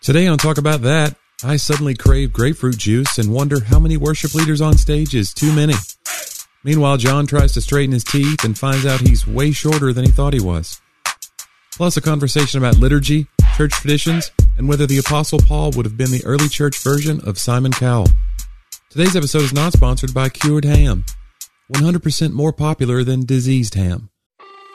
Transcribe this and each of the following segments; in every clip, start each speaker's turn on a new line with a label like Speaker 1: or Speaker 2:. Speaker 1: Today on Talk About That, I suddenly crave grapefruit juice and wonder how many worship leaders on stage is too many. Meanwhile, John tries to straighten his teeth and finds out he's way shorter than he thought he was. Plus, a conversation about liturgy, church traditions, and whether the Apostle Paul would have been the early church version of Simon Cowell. Today's episode is not sponsored by Cured Ham, 100% more popular than diseased ham.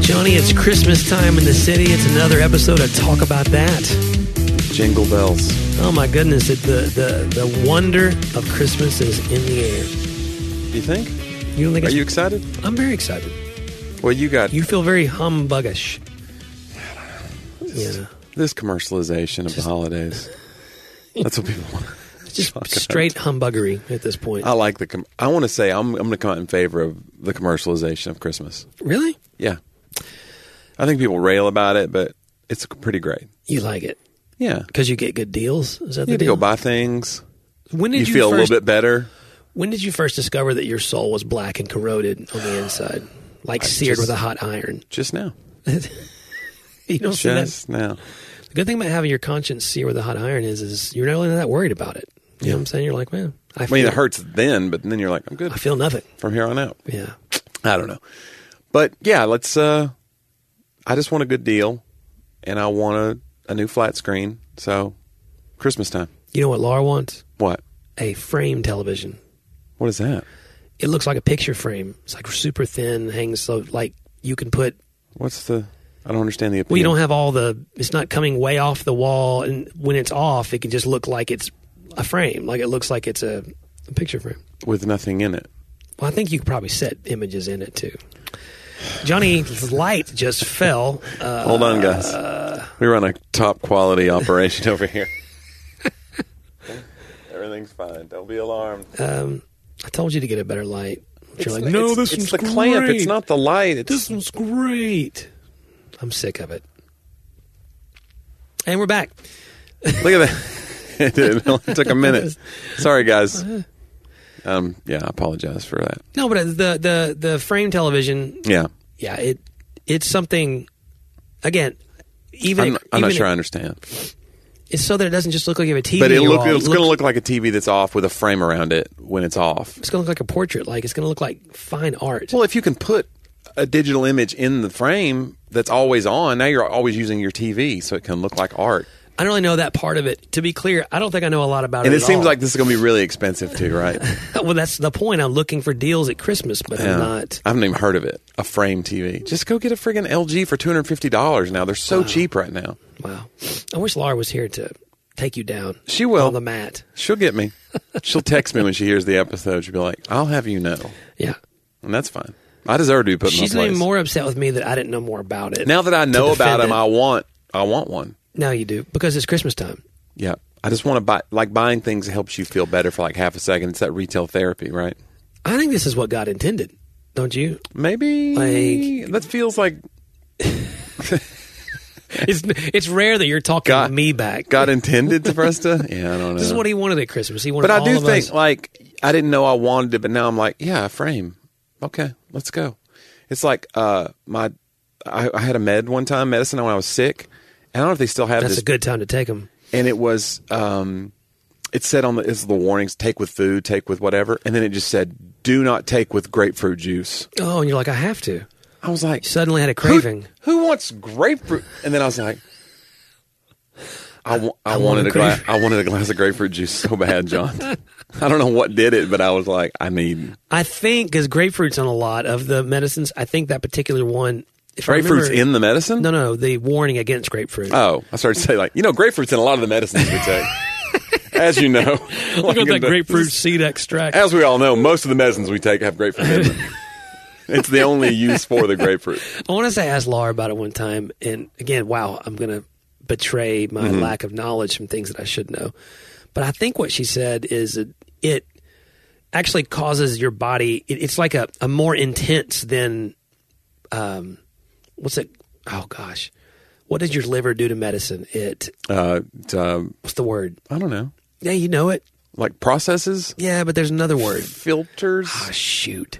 Speaker 2: Johnny, it's Christmas time in the city. It's another episode of Talk About That.
Speaker 3: Jingle bells.
Speaker 2: Oh my goodness, it, the, the, the wonder of Christmas is in the
Speaker 3: You think?
Speaker 2: air. You don't think
Speaker 3: Are
Speaker 2: it's,
Speaker 3: you excited?
Speaker 2: I'm very excited.
Speaker 3: Well, you got
Speaker 2: You feel very humbuggish. Yeah.
Speaker 3: this commercialization of the holidays. That's what people want.
Speaker 2: It's just straight humbuggery at this point.
Speaker 3: I like the. Com- I want to say I'm. I'm going to come out in favor of the commercialization of Christmas.
Speaker 2: really?
Speaker 3: Yeah, I think people rail about it, but it's pretty great.
Speaker 2: You like it
Speaker 3: Yeah,
Speaker 2: because you get good deals. Is that
Speaker 3: you
Speaker 2: the
Speaker 3: have to
Speaker 2: deal?
Speaker 3: go buy things.
Speaker 2: when did
Speaker 3: You
Speaker 2: you,
Speaker 3: feel a
Speaker 2: first,
Speaker 3: little bit better.
Speaker 2: When did you first discover that your soul was black and corroded on the inside, like seared
Speaker 3: just-
Speaker 2: with a hot iron?
Speaker 3: Just now.
Speaker 2: You don't see that
Speaker 3: Just now.
Speaker 2: The good thing about having your conscience see where the hot iron is is you're not really that worried about it. You know what I'm saying? You're like, man, I,
Speaker 3: I mean,
Speaker 2: feel,
Speaker 3: it hurts then, but then you're like, I'm good
Speaker 2: I feel nothing.
Speaker 3: from here on out.
Speaker 2: Yeah,
Speaker 3: I don't know. But yeah, let's uh I just want a good deal and I want a, a new flat screen. So Christmas time.
Speaker 2: you know what Laura wants?
Speaker 3: What?
Speaker 2: A frame television.
Speaker 3: What is that?
Speaker 2: It looks like a picture frame. It's like super thin, hangs so like you can put.
Speaker 3: What's the I don't understand the appeal.
Speaker 2: Well, you don't have all the. It's not coming way off the wall, and when it's off, it can just look like it's a frame. Like it looks like it's a, a picture frame.
Speaker 3: with nothing in it.
Speaker 2: Well, I think you could probably set images in it too. Johnny's light just fell. Uh,
Speaker 3: Hold on, guys. we run a top quality operation over here. Everything's fine. Don't be alarmed.
Speaker 2: I told you to get a better light. You're like,
Speaker 3: It's-
Speaker 2: no,
Speaker 3: it's,
Speaker 2: this
Speaker 3: it's
Speaker 2: one's
Speaker 3: the
Speaker 2: great.
Speaker 3: clamp. It's not the light. It's
Speaker 2: This one's great. I'm sick of it. And we're back.
Speaker 3: Look at that. it, did. It took a minute. Sorry, guys. Um, yeah, I apologize for that.
Speaker 2: No, but uh, the the the frame television.
Speaker 3: Yeah,
Speaker 2: Yeah, it it's something. Again, even
Speaker 3: I'm, I'm not
Speaker 2: even-
Speaker 3: sure I understand,
Speaker 2: It's so that it doesn't just look like you have a TV.
Speaker 3: but it
Speaker 2: you
Speaker 3: look,
Speaker 2: all
Speaker 3: it's going to look like a TV that's off with a frame around it when it's off.
Speaker 2: It's going to look like a portrait. Like it's going to look like fine art.
Speaker 3: Well, if you can put a digital image in the frame that's always on, now you're always using your TV, so it can look like art.
Speaker 2: I don't really know that part of it. To be clear, I don't think I know a lot about
Speaker 3: And
Speaker 2: it.
Speaker 3: it
Speaker 2: at
Speaker 3: seems
Speaker 2: all.
Speaker 3: like this is going to be really expensive too, right?
Speaker 2: well, that's the point. I'm looking for deals at Christmas, but
Speaker 3: Yeah.
Speaker 2: I'm not.
Speaker 3: Um, I haven't even heard of it. A frame TV. Just go get a friggin' LG for two hundred fifty dollars now. They're so cheap right now.
Speaker 2: Wow. I wish Laura was here to take you down.
Speaker 3: She will.
Speaker 2: On the mat.
Speaker 3: She'll get me. She'll text me when she hears the episode. She'll be like, "I'll have you know,"
Speaker 2: Yeah.
Speaker 3: and that's fine. I deserve to be put
Speaker 2: She's
Speaker 3: in my
Speaker 2: gonna
Speaker 3: place.
Speaker 2: be more upset with me that I didn't know more about it.
Speaker 3: now that I know about
Speaker 2: defend
Speaker 3: him,
Speaker 2: it.
Speaker 3: I want, I want one.
Speaker 2: now you do because it's Christmas time.
Speaker 3: Yeah, I just want to buy. Like buying things helps you feel better for like half a second. It's that retail therapy, right?
Speaker 2: I think this is what God intended, don't you?
Speaker 3: Maybe
Speaker 2: Like-
Speaker 3: that feels like
Speaker 2: it's it's rare that you're talking
Speaker 3: God-
Speaker 2: me back.
Speaker 3: God intended for us to. Yeah, I don't know.
Speaker 2: This is what he wanted at Christmas. He wanted.
Speaker 3: but I
Speaker 2: all
Speaker 3: do
Speaker 2: of
Speaker 3: think
Speaker 2: us-
Speaker 3: like I didn't know I wanted it, but now I'm like, yeah, a frame. Okay, let's go. It's like uh my I, I had a med one time, medicine when I was sick. And I don't know if they still have
Speaker 2: that's
Speaker 3: this
Speaker 2: a good time to take him.
Speaker 3: and it was um, it said on the it's the warnings take with food take with whatever and then it just said do not take with grapefruit juice
Speaker 2: Oh, and you're like, I have to.
Speaker 3: i was like
Speaker 2: Suddenly had a
Speaker 3: who,
Speaker 2: craving.
Speaker 3: who wants grapefruit and then i was like i, wa- I,
Speaker 2: I want
Speaker 3: wanted
Speaker 2: a
Speaker 3: a glass
Speaker 2: grapefruit.
Speaker 3: i wanted a glass of grapefruit juice so bad john i don't know what did it but i was like i need
Speaker 2: I think because grapefruit's on a lot of the medicines. I think that particular one. If I
Speaker 3: grapefruit's
Speaker 2: remember-
Speaker 3: in the medicine
Speaker 2: No, no, the warning against grapefruit.
Speaker 3: oh i started to say like you know grapefruit's in a lot of the medicines we take as you know
Speaker 2: Look at
Speaker 3: Like in
Speaker 2: that
Speaker 3: the-
Speaker 2: grapefruit seed extract.
Speaker 3: As we all know, most of the medicines we take have grapefruit in them. it's the only use for the grapefruit.
Speaker 2: I want to say I asked Laura about it one time, and again, wow, I'm going to betray my lack of knowledge from things that I should know. But I think what she said is that it actually causes your body. It, it's like a, a more intense than, um, what's it? Oh gosh, what does your liver do to medicine? It
Speaker 3: Uh, it's, um,
Speaker 2: what's the word?
Speaker 3: I don't know,
Speaker 2: Yeah, you know it.
Speaker 3: like processes,
Speaker 2: Yeah, but there's another word.
Speaker 3: filters.
Speaker 2: Ah, shoot.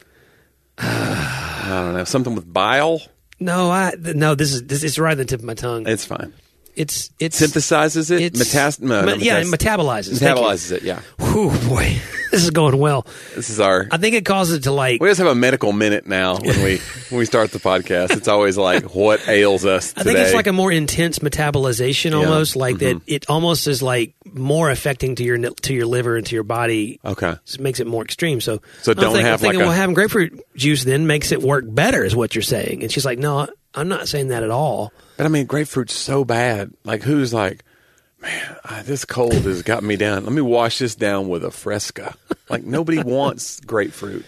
Speaker 3: I don't know, something with bile.
Speaker 2: No, I th- no. This is this is right on the tip of my tongue.
Speaker 3: It's fine.
Speaker 2: It's it's
Speaker 3: Synthesizes it,
Speaker 2: It's-
Speaker 3: metas- no,
Speaker 2: me-
Speaker 3: not
Speaker 2: yeah,
Speaker 3: metas-
Speaker 2: it metabolizes. Thank you.
Speaker 3: metabolizes it. Yeah,
Speaker 2: Whew, boy, this is going well.
Speaker 3: this is our.
Speaker 2: I think it causes it to like.
Speaker 3: We just have a medical minute now when we when we start the podcast. It's always like what ails us
Speaker 2: I
Speaker 3: today. Mm-hmm.
Speaker 2: think it's like a more intense metabolization, almost like that. It almost is like more affecting to your to your liver and to your body.
Speaker 3: okay.
Speaker 2: It makes it more extreme. So,
Speaker 3: Uh-huh. So
Speaker 2: I'm
Speaker 3: don't
Speaker 2: thinking,
Speaker 3: have
Speaker 2: I'm thinking,
Speaker 3: like a-
Speaker 2: well, having grapefruit juice then makes it work better, is what you're saying. And she's like, no, I'm not saying that at all.
Speaker 3: But I mean, grapefruit's so bad. Like, who's like, man, I, this cold has got me down. Let me wash this down with a fresca. Like, nobody wants grapefruit.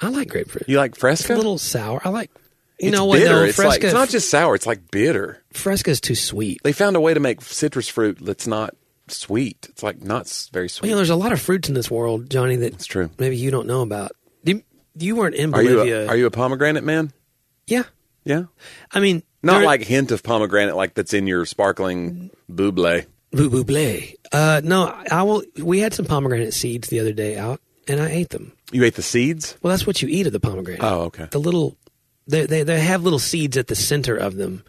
Speaker 2: I like grapefruit.
Speaker 3: You like
Speaker 2: it's
Speaker 3: fresca?
Speaker 2: a little sour. I like. You
Speaker 3: It's
Speaker 2: know what?
Speaker 3: bitter.
Speaker 2: though?
Speaker 3: it's,
Speaker 2: fresca.
Speaker 3: like, it's not just sour. It's like bitter.
Speaker 2: fresca is too sweet.
Speaker 3: They found a way to make citrus fruit that's not sweet. It's like not s- very
Speaker 2: Well,
Speaker 3: sweet.
Speaker 2: you know, there's a lot of fruits in this world, Johnny. That
Speaker 3: It's true.
Speaker 2: Maybe you don't know about. You, you weren't in
Speaker 3: are you
Speaker 2: Bolivia.
Speaker 3: a, are you a pomegranate man?
Speaker 2: Yeah.
Speaker 3: Yeah.
Speaker 2: I mean,
Speaker 3: Not
Speaker 2: there-
Speaker 3: like hint of pomegranate like that's in your sparkling buble.
Speaker 2: Boo boo blay. Uh, no, I will. We had some pomegranate seeds the other day out, and I ate them.
Speaker 3: You ate the seeds?
Speaker 2: Well, that's what you eat of the pomegranate.
Speaker 3: Oh, okay.
Speaker 2: The little, they they, they have little seeds at the center of them.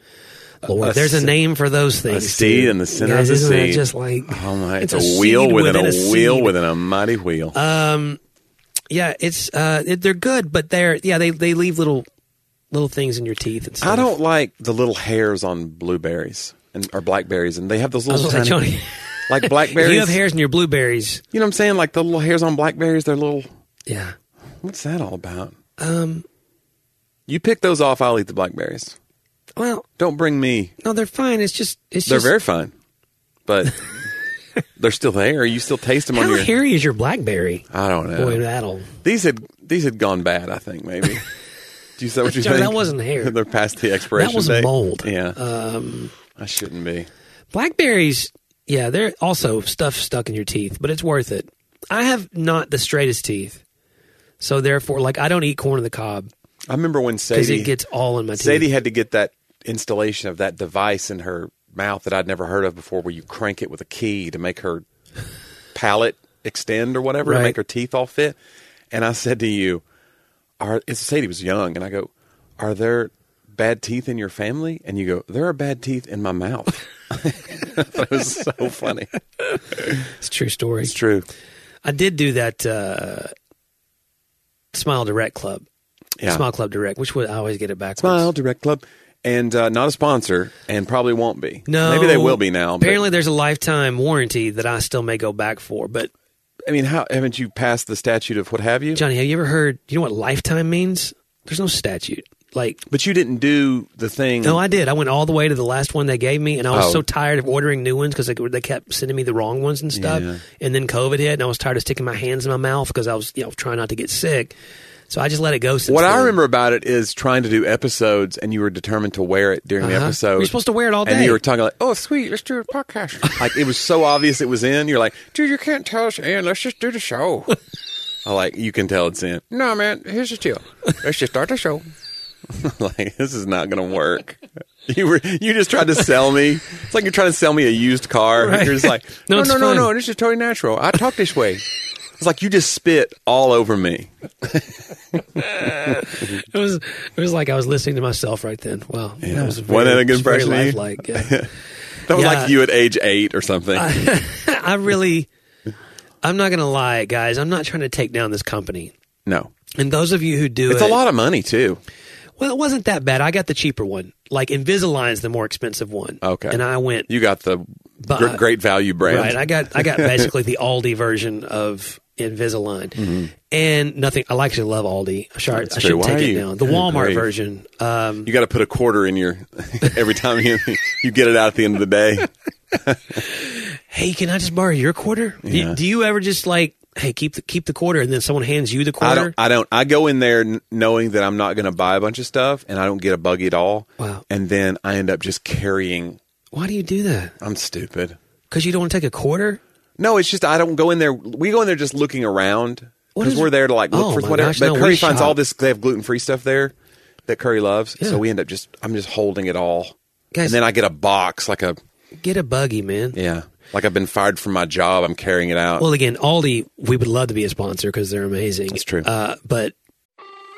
Speaker 2: Lord,
Speaker 3: a
Speaker 2: there's a
Speaker 3: se-
Speaker 2: name for those things.
Speaker 3: seed
Speaker 2: dude.
Speaker 3: in the center
Speaker 2: Guys,
Speaker 3: of the
Speaker 2: isn't that
Speaker 3: seed.
Speaker 2: just like
Speaker 3: Oh my! It's,
Speaker 2: seed
Speaker 3: a wheel within, a,
Speaker 2: seed.
Speaker 3: wheel within a mighty wheel.
Speaker 2: Um, Yeah, it's uh, it, they're good, but they're yeah they they leave little little things in your teeth and stuff.
Speaker 3: I don't like the little hairs on blueberries and or blackberries, and they have those
Speaker 2: I was
Speaker 3: little
Speaker 2: gonna say,
Speaker 3: tiny-
Speaker 2: Johnny,
Speaker 3: like
Speaker 2: if
Speaker 3: blackberries.
Speaker 2: you have hairs in your blueberries.
Speaker 3: You know what I'm saying? Like the little hairs on blackberries. They're little.
Speaker 2: Yeah.
Speaker 3: What's that all about?
Speaker 2: Um.
Speaker 3: You pick those off. I'll eat the blackberries.
Speaker 2: Well,
Speaker 3: Don't bring me.
Speaker 2: no, they're fine. It's just it's
Speaker 3: They're
Speaker 2: just
Speaker 3: very fine, but they're still there. You still taste them
Speaker 2: How
Speaker 3: on your.
Speaker 2: hairy is your blackberry?
Speaker 3: I don't know.
Speaker 2: Boy, that'll.
Speaker 3: These had these had gone bad. I think maybe. Do you say what you
Speaker 2: Johnny,
Speaker 3: think?
Speaker 2: that wasn't hair.
Speaker 3: They're past the expiration.
Speaker 2: was
Speaker 3: date.
Speaker 2: mold. Um,
Speaker 3: Yeah. I shouldn't be.
Speaker 2: Blackberries, yeah, they're also stuff stuck in your teeth, but it's worth it. I have not the straightest teeth. So therefore, like, I don't eat corn on the cob
Speaker 3: I remember when
Speaker 2: because
Speaker 3: Sadie
Speaker 2: it gets all in my teeth.
Speaker 3: Sadie had to get that installation of that device in her mouth that I'd never heard of before, where you crank it with a key to make her palate extend or whatever, to
Speaker 2: Right.
Speaker 3: make her teeth all fit. And I said to you, "Are it's Sadie was young?" And I go, "Are there bad teeth in your family?" And you go, "There are bad teeth in my mouth." it was so funny.
Speaker 2: It's a true story.
Speaker 3: It's true.
Speaker 2: I did do that uh, Smile Direct Club.
Speaker 3: Yeah.
Speaker 2: Smile Club Direct, which would I always get it backwards.
Speaker 3: Smile Direct Club, and uh, not a sponsor, and probably won't be.
Speaker 2: No.
Speaker 3: maybe they will be now. but-
Speaker 2: Apparently, there's a lifetime warranty that I still may go back for. But,
Speaker 3: I mean, how haven't you passed the statute of what have you?
Speaker 2: Johnny, have you ever heard, you know what lifetime means? There's no statute. Like,
Speaker 3: But you didn't do the thing.
Speaker 2: No, I did. I went all the way to the last one they gave me, and I was
Speaker 3: Oh.
Speaker 2: so tired of ordering new ones because they, they kept sending me the wrong ones and stuff.
Speaker 3: Yeah.
Speaker 2: And then COVID hit, and I was tired of sticking my hands in my mouth because I was, you know, trying not to get sick. So I just let it go. Since
Speaker 3: what I
Speaker 2: then.
Speaker 3: remember about it is trying to do episodes, and you were determined to wear it during the
Speaker 2: Uh-huh.
Speaker 3: episode.
Speaker 2: You're supposed to wear it all
Speaker 3: And
Speaker 2: day.
Speaker 3: you were talking like, "Oh, sweet, let's do a podcast." like it was so obvious it was in. You're like, "Dude, you can't tell us in. Let's just do the show." I like you can tell it's in. No, man. Here's the deal. Let's just start the show. like this is not going to work. You were you just tried to sell me. It's like you're trying to sell me a used car.
Speaker 2: Right.
Speaker 3: You're just like,
Speaker 2: No,
Speaker 3: no, no,
Speaker 2: it's
Speaker 3: no, no,
Speaker 2: fine.
Speaker 3: This is totally natural. I talk this way. It's like you just spit all over me.
Speaker 2: It was it was like I was listening to myself right then. Wow, that was very,
Speaker 3: Wasn't that a good
Speaker 2: it's very
Speaker 3: impression of you?
Speaker 2: lifelike. Yeah.
Speaker 3: That was
Speaker 2: Yeah.
Speaker 3: like you at age eight or something.
Speaker 2: I really, I'm not gonna lie, guys. I'm not trying to take down this company.
Speaker 3: no,
Speaker 2: And those of you who do,
Speaker 3: it's
Speaker 2: it,
Speaker 3: a lot of money too.
Speaker 2: Well, it wasn't that bad. I got the cheaper one. Like Invisalign's the more expensive one.
Speaker 3: Okay.
Speaker 2: and I went
Speaker 3: You got the
Speaker 2: But-
Speaker 3: gr- great value brand.
Speaker 2: Right. I got I got basically the Aldi version of Invisalign, and nothing. I actually love Aldi. I should, I
Speaker 3: true.
Speaker 2: should
Speaker 3: Mm-hmm. Why
Speaker 2: take
Speaker 3: are
Speaker 2: it
Speaker 3: you-
Speaker 2: down. The
Speaker 3: Good
Speaker 2: Walmart
Speaker 3: grief.
Speaker 2: version. Um,
Speaker 3: you got to put a quarter in your every time you you get it out at the end of the day.
Speaker 2: hey, can I just borrow your quarter? Do- Do,
Speaker 3: Yeah.
Speaker 2: you ever just like, hey, keep the, keep the quarter, and then someone hands you the
Speaker 3: I
Speaker 2: quarter?
Speaker 3: don't. I don't. I go in there n- knowing that I'm not going to buy a bunch of stuff, and I don't get a buggy at all.
Speaker 2: Wow.
Speaker 3: And then I end up just carrying.
Speaker 2: Why do you do that?
Speaker 3: I'm stupid.
Speaker 2: Because you don't want to take a quarter.
Speaker 3: No, it's just I don't go in there. We go in there just looking around
Speaker 2: What
Speaker 3: because
Speaker 2: is-
Speaker 3: we're there to like look
Speaker 2: Oh,
Speaker 3: for
Speaker 2: my
Speaker 3: whatever.
Speaker 2: gosh,
Speaker 3: but
Speaker 2: no, we
Speaker 3: Curry finds
Speaker 2: shop.
Speaker 3: all this. They have gluten free stuff there that Curry loves,
Speaker 2: Yeah.
Speaker 3: so we end up just. I'm just holding it all,
Speaker 2: Guys-
Speaker 3: and then I get a box like a
Speaker 2: Get a buggy, man.
Speaker 3: yeah, like I've been fired from my job. I'm carrying it out.
Speaker 2: Well, again, Aldi, we would love to be a sponsor because they're amazing.
Speaker 3: That's true.
Speaker 2: Uh, but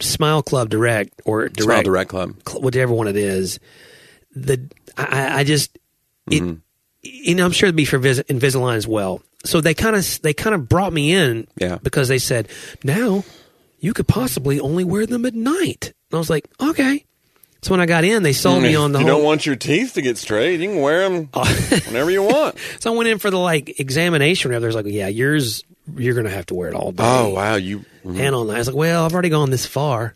Speaker 2: Smile Club Direct or
Speaker 3: Smile
Speaker 2: Direct
Speaker 3: direct club.
Speaker 2: cl- whichever one it is, the I- I, I just it,
Speaker 3: Mm-hmm.
Speaker 2: you know I'm sure it'd be for Vis- Invisalign as well. So they kind of they kind of brought me in,
Speaker 3: Yeah.
Speaker 2: because they said now you could possibly only wear them at night, and I was like, okay. So when I got in, they sold me on the
Speaker 3: Mm-hmm. you
Speaker 2: whole.
Speaker 3: don't want your teeth to get straight. You can wear them whenever you want.
Speaker 2: so I went in for the like examination. There's like, yeah, yours you're gonna have to wear it all day
Speaker 3: Oh wow, you.
Speaker 2: and all night. I was like, well, I've already gone this far,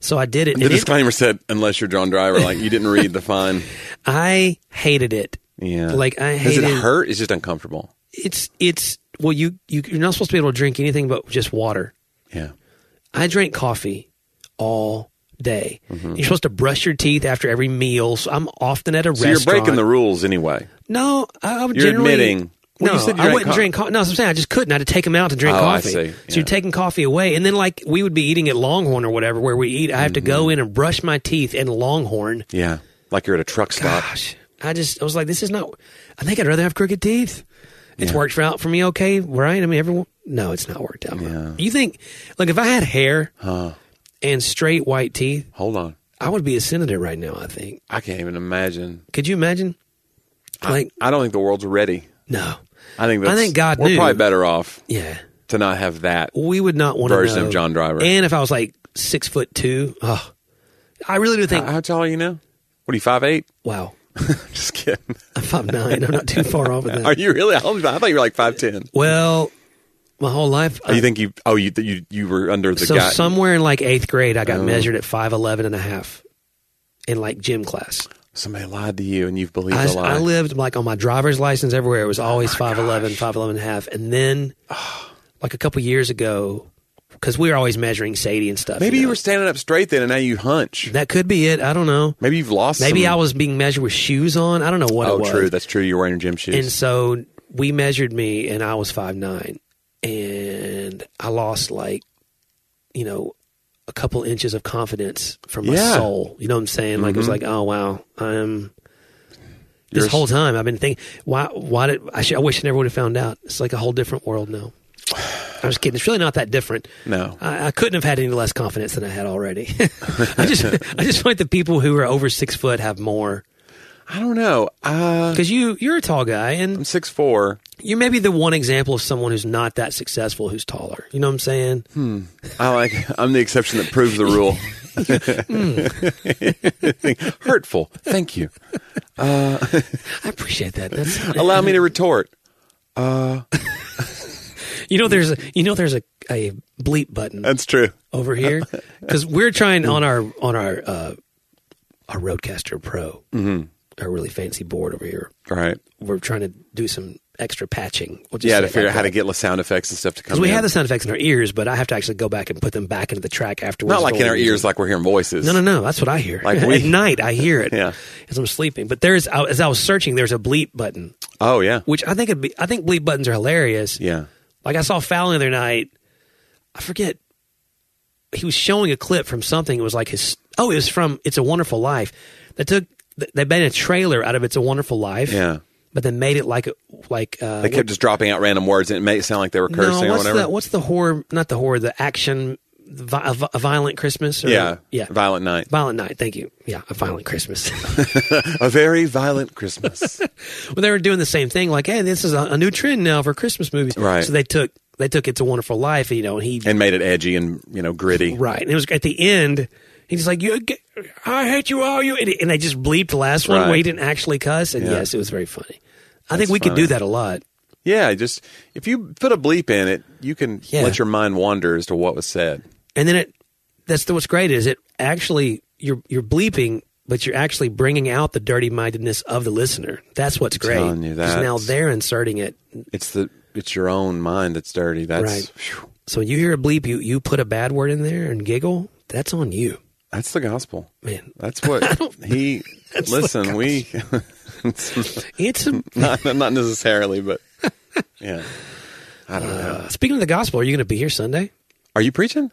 Speaker 2: so I did it.
Speaker 3: The
Speaker 2: and it-
Speaker 3: disclaimer said, unless you're John Driver, like you didn't read the fine.
Speaker 2: I hated it.
Speaker 3: Yeah,
Speaker 2: like I
Speaker 3: Does
Speaker 2: hated.
Speaker 3: it hurt? It's just uncomfortable.
Speaker 2: it's it's well you, you you're not supposed to be able to drink anything but just water
Speaker 3: Yeah.
Speaker 2: i drank coffee all day
Speaker 3: Mm-hmm.
Speaker 2: you're supposed to brush your teeth after every meal so i'm often at a
Speaker 3: So
Speaker 2: restaurant
Speaker 3: you're breaking the rules anyway.
Speaker 2: no i, I would
Speaker 3: You're
Speaker 2: generally
Speaker 3: admitting-
Speaker 2: no,
Speaker 3: Well, you said you
Speaker 2: I
Speaker 3: drank
Speaker 2: wouldn't
Speaker 3: co-
Speaker 2: drink coffee. No, that's what I'm saying I just couldn't. I had to take them out to drink
Speaker 3: Oh, I
Speaker 2: coffee.
Speaker 3: see.
Speaker 2: So you're
Speaker 3: Yeah.
Speaker 2: taking coffee away, and then like we would be eating at Longhorn or whatever, where we eat. I have to
Speaker 3: Mm-hmm.
Speaker 2: go in and brush my teeth in Longhorn.
Speaker 3: Yeah. Like you're at a truck stop.
Speaker 2: Gosh, I just I was like, this is not. I think I'd rather have crooked teeth. It's worked out for me, okay, right? I mean, everyone. No, it's not worked out.
Speaker 3: Yeah.
Speaker 2: You think? Look, if I had hair and straight white teeth,
Speaker 3: Hold on.
Speaker 2: I would be a senator right now. I think.
Speaker 3: I can't even imagine.
Speaker 2: Could you imagine? Like,
Speaker 3: I don't think the world's ready.
Speaker 2: no.
Speaker 3: I think that's,
Speaker 2: I think God
Speaker 3: we're
Speaker 2: knew.
Speaker 3: probably better off
Speaker 2: Yeah,
Speaker 3: to not have that.
Speaker 2: we would not want to
Speaker 3: Version
Speaker 2: know.
Speaker 3: of John Driver.
Speaker 2: And if I was like six foot two, oh, I really do think.
Speaker 3: How, how tall are you now? What are you, five eight?
Speaker 2: wow,
Speaker 3: Just kidding.
Speaker 2: I'm five nine. I'm not too far off of that.
Speaker 3: Are you really? I thought you were like five ten.
Speaker 2: well, my whole life.
Speaker 3: Oh, you think you? Oh, you you you were under the
Speaker 2: so
Speaker 3: guy. Uh-huh.
Speaker 2: somewhere in like eighth grade i got measured at 5'11 and a half in like gym class
Speaker 3: Somebody lied to you, and you've believed
Speaker 2: I,
Speaker 3: a lie. Oh
Speaker 2: I lived like on my driver's license everywhere it was always 5'11 5'11 and a half and then like a couple years ago because we were always measuring sadie and stuff
Speaker 3: Maybe you,
Speaker 2: know.
Speaker 3: were standing up straight then, and now you hunch.
Speaker 2: that could be it i don't know
Speaker 3: Maybe you've lost.
Speaker 2: maybe
Speaker 3: some-
Speaker 2: i was being measured with shoes on i don't know what
Speaker 3: Oh,
Speaker 2: it was
Speaker 3: true. That's true. You're wearing your gym shoes.
Speaker 2: and so we measured me and i was 5'9 and i lost like you know a couple inches of confidence from my
Speaker 3: Yeah. Mm-hmm.
Speaker 2: soul you know what i'm saying like it was like oh wow i'm this
Speaker 3: You're-
Speaker 2: whole time i've been thinking why why did i, should, I wish i never would have found out it's like a whole different world now i'm just kidding it's really not that different
Speaker 3: No.
Speaker 2: I, I couldn't have had any less confidence than i had already i just i just feel like the people who are over six foot have more
Speaker 3: I don't know. Uh,
Speaker 2: because you you're a tall guy and
Speaker 3: I'm six four.
Speaker 2: you may be the one example of someone who's not that successful who's taller. You know what I'm saying?
Speaker 3: Hmm. I like. I'm the exception that proves the rule.
Speaker 2: Hmm.
Speaker 3: Hurtful. Thank you.
Speaker 2: I appreciate that. That's
Speaker 3: Allow me to retort.
Speaker 2: you know there's a you know there's a, a bleep button
Speaker 3: That's true. Hmm.
Speaker 2: over here because we're trying on our on our uh, a Roadcaster Pro,
Speaker 3: Mm-hmm.
Speaker 2: a really fancy board over here.
Speaker 3: Right.
Speaker 2: We're trying to do some extra patching. We'll just
Speaker 3: Yeah,
Speaker 2: say
Speaker 3: to
Speaker 2: it
Speaker 3: figure
Speaker 2: like
Speaker 3: out how
Speaker 2: that.
Speaker 3: to get the sound effects and stuff to come.
Speaker 2: Because we
Speaker 3: in.
Speaker 2: have the sound effects in our ears, but I have to actually go back and put them back into the track afterwards.
Speaker 3: Not like
Speaker 2: for
Speaker 3: in our
Speaker 2: whatever
Speaker 3: ears,
Speaker 2: reason.
Speaker 3: like we're hearing voices.
Speaker 2: No, no, no. That's what I hear.
Speaker 3: Like
Speaker 2: At
Speaker 3: we-
Speaker 2: night, I hear it.
Speaker 3: Yeah.
Speaker 2: As I'm sleeping. But there's, I- as I was searching, there's a bleep button,
Speaker 3: Oh yeah,
Speaker 2: which I think it'd be, I think bleep buttons are hilarious.
Speaker 3: yeah.
Speaker 2: Like I saw Fallon the other night. I forget. He was showing a clip from something. It was like his. Oh, it was from "It's a Wonderful Life." They took. They made a trailer out of "It's a Wonderful Life."
Speaker 3: Yeah.
Speaker 2: But they made it like like. Uh,
Speaker 3: They kept just dropping out random words, and it made it sound like they were cursing
Speaker 2: no,
Speaker 3: or
Speaker 2: what's
Speaker 3: whatever.
Speaker 2: the what's the horror? Not the horror. The action. Vi- a, vi- a violent Christmas. Or,
Speaker 3: yeah,
Speaker 2: Yeah.
Speaker 3: Violent night,
Speaker 2: Violent night. Thank you. Yeah, a violent Christmas.
Speaker 3: a very violent Christmas.
Speaker 2: well, they were doing the same thing. Like, hey, this is a, a new trend now for Christmas movies.
Speaker 3: Right.
Speaker 2: So they took they took "It's a Wonderful Life." You know, and he
Speaker 3: and made it edgy and you know gritty.
Speaker 2: Right. And it was at the end, he's like, you, get- I hate you all. You, and, and I just bleeped the last one where he
Speaker 3: Right.
Speaker 2: didn't actually cuss. And
Speaker 3: Yeah.
Speaker 2: yes, it was very funny. I think we could do that a lot.
Speaker 3: Yeah, just if you put a bleep in it, you can
Speaker 2: Yeah.
Speaker 3: let your mind wander as to what was said.
Speaker 2: And then it, that's the, what's great is it actually, you're, you're bleeping, but you're actually bringing out the dirty mindedness of the listener. That's what's great.
Speaker 3: telling you,
Speaker 2: 'Cause now
Speaker 3: that's-
Speaker 2: they're inserting it.
Speaker 3: It's the it's your own mind that's dirty. That's phew,
Speaker 2: So when you hear a bleep, you, you put a bad word in there and giggle. That's on you,
Speaker 3: that's the gospel.
Speaker 2: man.
Speaker 3: That's what he. Listen, we
Speaker 2: It's a,
Speaker 3: not not necessarily, but yeah. I don't know.
Speaker 2: uh, speaking of the gospel. Are you going to be here Sunday?
Speaker 3: Are you preaching?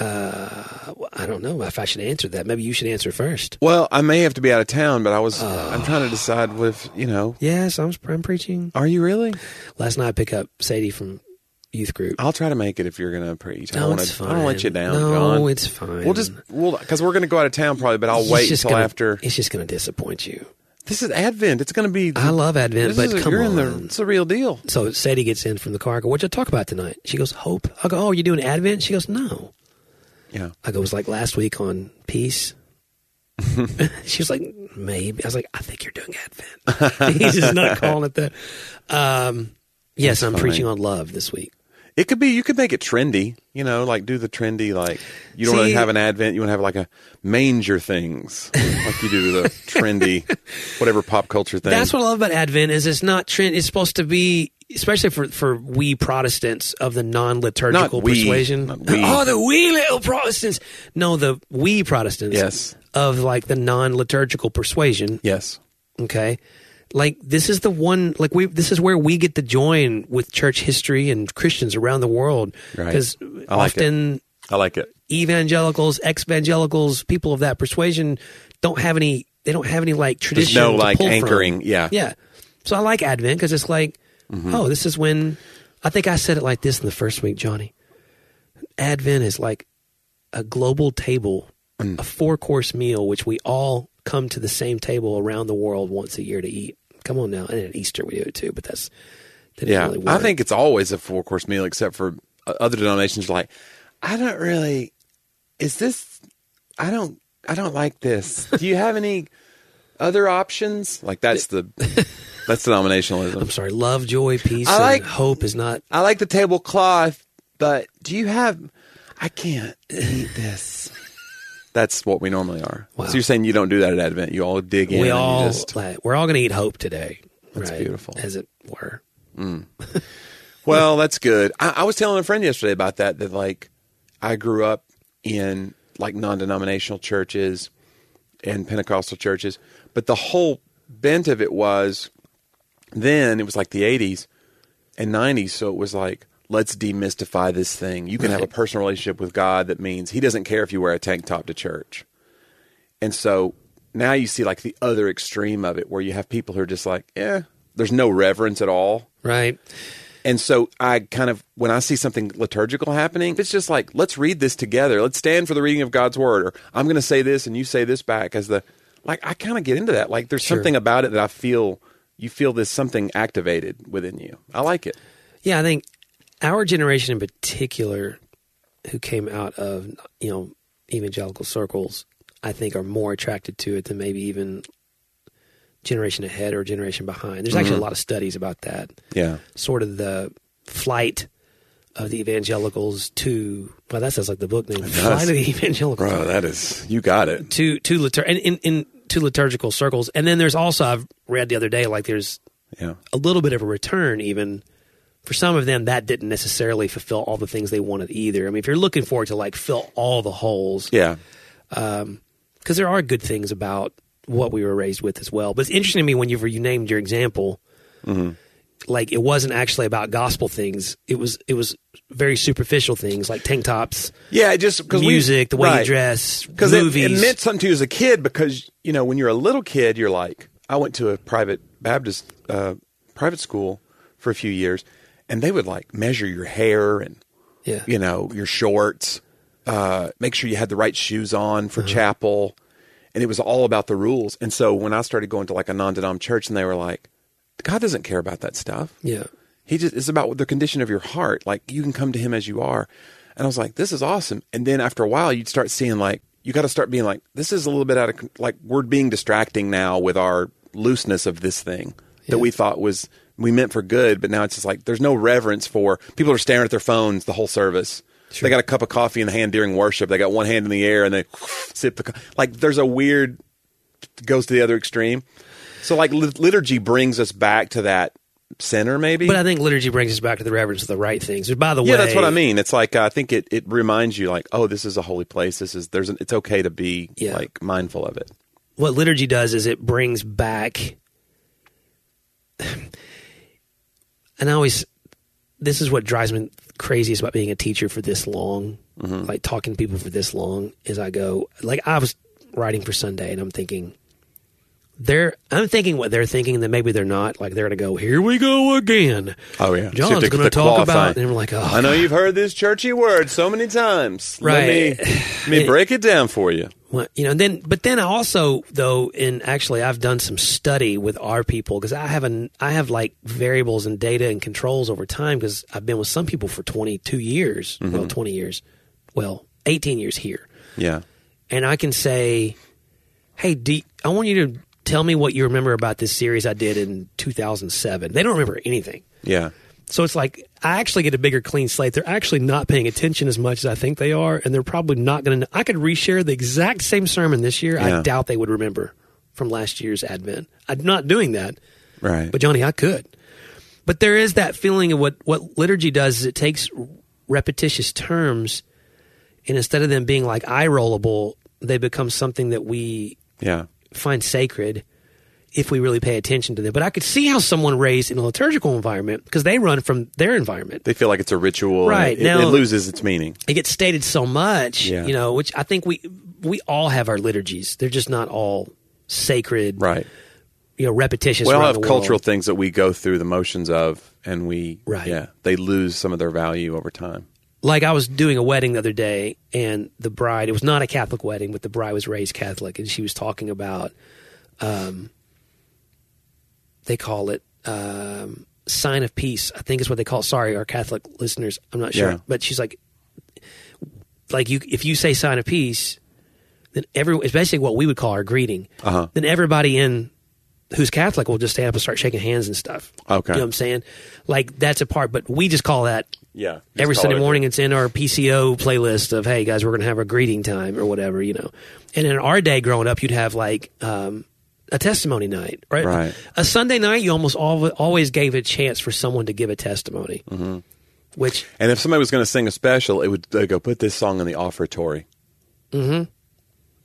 Speaker 2: Well, I don't know if I should answer that. Maybe you should answer first.
Speaker 3: Well, I may have to be out of town, but I was I'm trying to decide if you know.
Speaker 2: Yes, I'm, I'm preaching.
Speaker 3: Are you really?
Speaker 2: Last night I pick up Sadie from youth group.
Speaker 3: I'll try to make it if you're gonna preach. I
Speaker 2: No,
Speaker 3: don't
Speaker 2: it's
Speaker 3: wanna- I don't let you
Speaker 2: fine.
Speaker 3: down,
Speaker 2: No,
Speaker 3: John.
Speaker 2: it's fine.
Speaker 3: We'll just we'll because we're gonna go out of town probably, but I'll
Speaker 2: It's
Speaker 3: wait
Speaker 2: just
Speaker 3: until
Speaker 2: gonna-
Speaker 3: after.
Speaker 2: It's just going to disappoint you.
Speaker 3: This is Advent. It's gonna be.
Speaker 2: I love Advent,
Speaker 3: this
Speaker 2: but
Speaker 3: is-
Speaker 2: come
Speaker 3: you're
Speaker 2: on.
Speaker 3: in the. It's a real deal.
Speaker 2: so Sadie gets in from the car. I go, "What you talk about tonight?" She goes, "Hope." I go, "Oh, you doing Advent?" She goes, "No."
Speaker 3: Yeah.
Speaker 2: I go, "It was like last week on peace." she was like, "Maybe." I was like, "I think you're doing Advent." He's just not calling it that. Um, yes, I'm preaching on love this week.
Speaker 3: It could be. You could make it trendy. You know, like do the trendy. Like you don't want
Speaker 2: See-
Speaker 3: to have an Advent. You want to have like a manger things, like you do the trendy, whatever pop culture thing.
Speaker 2: That's what I love about Advent is it's not trend. It's supposed to be, especially for for we Protestants of the non liturgical
Speaker 3: Not we,
Speaker 2: persuasion.
Speaker 3: not we.
Speaker 2: Oh, the we little Protestants. No, the we Protestants.
Speaker 3: Yes.
Speaker 2: Of like the non liturgical persuasion.
Speaker 3: Yes.
Speaker 2: Okay. Like this is the one. Like we. This is where we get to join with church history and Christians around the world.
Speaker 3: Right.
Speaker 2: Because
Speaker 3: I like it.
Speaker 2: often
Speaker 3: I like it.
Speaker 2: evangelicals, ex-evangelicals, people of that persuasion don't have any. They don't have any like tradition.
Speaker 3: no,
Speaker 2: to
Speaker 3: like,
Speaker 2: pull from.
Speaker 3: anchoring. Yeah.
Speaker 2: yeah. So I like Advent because it's like,
Speaker 3: Mm-hmm.
Speaker 2: oh, this is when. I think I said it like this in the first week, Johnny. Advent is like a global table,
Speaker 3: Mm.
Speaker 2: a four-course meal, which we all come to the same table around the world once a year to eat. Come on now, and at Easter we do it too, but that's that didn't
Speaker 3: Yeah,
Speaker 2: really
Speaker 3: I
Speaker 2: work.
Speaker 3: think it's always a four course meal, except for uh, other denominations. Like, I don't really. Is this? I don't. I don't like this. Do you have any other options? Like that's the that's
Speaker 2: I'm
Speaker 3: denominationalism.
Speaker 2: sorry. Love, joy, peace,
Speaker 3: I
Speaker 2: and
Speaker 3: like-
Speaker 2: hope is not
Speaker 3: I like the tablecloth, but do you have? I can't eat this. That's what we normally are.
Speaker 2: Wow.
Speaker 3: So you're saying you don't do that at Advent. You all dig in. and
Speaker 2: we
Speaker 3: you
Speaker 2: all
Speaker 3: just-
Speaker 2: like, we're all going to eat hope today.
Speaker 3: That's
Speaker 2: right?
Speaker 3: beautiful.
Speaker 2: as it were.
Speaker 3: Well, that's good. I, I was telling a friend yesterday about that. That like, I grew up in like non-denominational churches and Pentecostal churches, but the whole bent of it was then it was like the '80s and '90s, so it was like let's demystify this thing. You can have a personal relationship with God that means He doesn't care if you wear a tank top to church. And so now you see like the other extreme of it, where you have people who are just like, eh, there's no reverence at all.
Speaker 2: Right.
Speaker 3: And so I kind of, when I see something liturgical happening, it's just like, let's read this together. Let's stand for the reading of God's word. Or I'm going to say this and you say this back as the, like, I kind of get into that. Like, there's something about it that I feel, you feel this something activated within you. I like it.
Speaker 2: Yeah, I think our generation in particular, who came out of you know evangelical circles, I think are more attracted to it than maybe even generation ahead or
Speaker 3: Mm-hmm.
Speaker 2: generation behind. There's actually a lot of studies about that.
Speaker 3: Yeah.
Speaker 2: Sort of the flight of the evangelicals to well that sounds like the book name flight of the evangelicals
Speaker 3: Bro, that is, you got it.
Speaker 2: to to litur- and in, in to liturgical circles and then there's also I've read the other day like there's
Speaker 3: Yeah.
Speaker 2: a little bit of a return even for some of them that didn't necessarily fulfill all the things they wanted either I mean if you're looking for it to like fill all the holes
Speaker 3: Yeah.
Speaker 2: because there are good things about what we were raised with as well. But it's interesting to me when you've you named your example,
Speaker 3: Mm-hmm.
Speaker 2: like it wasn't actually about gospel things. It was it was very superficial things like tank tops,
Speaker 3: Yeah, it just because
Speaker 2: music, the way you dress,
Speaker 3: Because it,
Speaker 2: movies.
Speaker 3: it meant something to you as a kid. Because you know, when you're a little kid, you're like, I went to a private Baptist uh, private school for a few years, and they would like measure your hair and
Speaker 2: Yeah.
Speaker 3: you know your shorts, uh, make sure you had the right shoes on for chapel, and it was all about the rules. And so when I started going to like a non-denom church, and they were like, God doesn't care about that stuff.
Speaker 2: Yeah.
Speaker 3: He just it's about the condition of your heart. Like you can come to him as you are. And I was like, this is awesome. And then after a while, you'd start seeing like you got to start being like, this is a little bit out of con- like we're being distracting now with our looseness of this thing that we thought was we meant for good, but now it's just like there's no reverence for people are staring at their phones the whole service. They got a cup of coffee in the hand during worship. They got one hand in the air and they sip the co- like. There's a weird goes to the other extreme. So like lit- liturgy brings us back to that center, maybe.
Speaker 2: But I think liturgy brings us back to the reverence of the right things. Which, by the
Speaker 3: Yeah,
Speaker 2: way,
Speaker 3: that's what I mean. It's like I think it, it reminds you like, oh, this is a holy place. This is there's an, it's okay to be
Speaker 2: Yeah.
Speaker 3: like mindful of it.
Speaker 2: what liturgy does is it brings back and i always this is what drives me craziest about being a teacher for this long like talking to people for this long is i go like i was writing for sunday and i'm thinking they're i'm thinking what they're thinking and then maybe they're not like they're gonna go here we go again
Speaker 3: Oh yeah,
Speaker 2: john's gonna talk about and we're like oh
Speaker 3: I know you've heard this churchy word so many times. Let
Speaker 2: Right.
Speaker 3: me, let me break it down for you.
Speaker 2: Well, you know, and then but then I also though, in actually, I've done some study with our people because I have an I have like variables and data and controls over time because I've been with some people for twenty two years, well, twenty years, well, eighteen years here,
Speaker 3: Yeah,
Speaker 2: and I can say, hey, do you- I want you to tell me what you remember about this series I did in two thousand seven. They don't remember anything.
Speaker 3: yeah,
Speaker 2: So it's like I actually get a bigger clean slate. They're actually not paying attention as much as I think they are, and they're probably not going to. I could reshare the exact same sermon this year.
Speaker 3: Yeah.
Speaker 2: I doubt they would remember from last year's Advent. I'm not doing that,
Speaker 3: right.
Speaker 2: but Johnny, I could. But there is that feeling of what what liturgy does is it takes repetitious terms, and instead of them being like eye rollable, they become something that we
Speaker 3: yeah,
Speaker 2: find sacred if we really pay attention to them. But I could see how someone raised in a liturgical environment because they run from their environment.
Speaker 3: they feel like it's a ritual. and
Speaker 2: Right,
Speaker 3: it- it,
Speaker 2: now-
Speaker 3: it loses its meaning.
Speaker 2: It gets stated so much,
Speaker 3: Yeah.
Speaker 2: you know, which I think we we all have our liturgies. They're just not all sacred,
Speaker 3: Right.
Speaker 2: You know, repetitious.
Speaker 3: we all
Speaker 2: around
Speaker 3: have
Speaker 2: the world.
Speaker 3: cultural things that we go through the motions of, and we
Speaker 2: Right.
Speaker 3: Yeah, they lose some of their value over time.
Speaker 2: like I was doing a wedding the other day, and the bride, it was not a Catholic wedding, but the bride was raised Catholic, and she was talking about, um, they call it um, sign of peace. I think is what they call. It. Sorry, our Catholic listeners, I'm not sure,
Speaker 3: Yeah.
Speaker 2: but she's like, like you, if you say sign of peace, then every it's basically what we would call our greeting.
Speaker 3: Uh-huh.
Speaker 2: Then everybody in who's Catholic will just stand up and start shaking hands and stuff.
Speaker 3: Okay.
Speaker 2: you know what I'm saying? Like that's a part, but we just call that
Speaker 3: Yeah, just
Speaker 2: every
Speaker 3: call
Speaker 2: Sunday
Speaker 3: it-
Speaker 2: morning it's in our PCO playlist of hey guys we're gonna have a greeting time or whatever you know. And in our day growing up, you'd have like um, a testimony night, right?
Speaker 3: Right.
Speaker 2: A Sunday night, you almost al- always gave a chance for someone to give a testimony, mm-hmm. which
Speaker 3: And if somebody was going to sing a special, it would they go put this song in the offertory. Mm-hmm.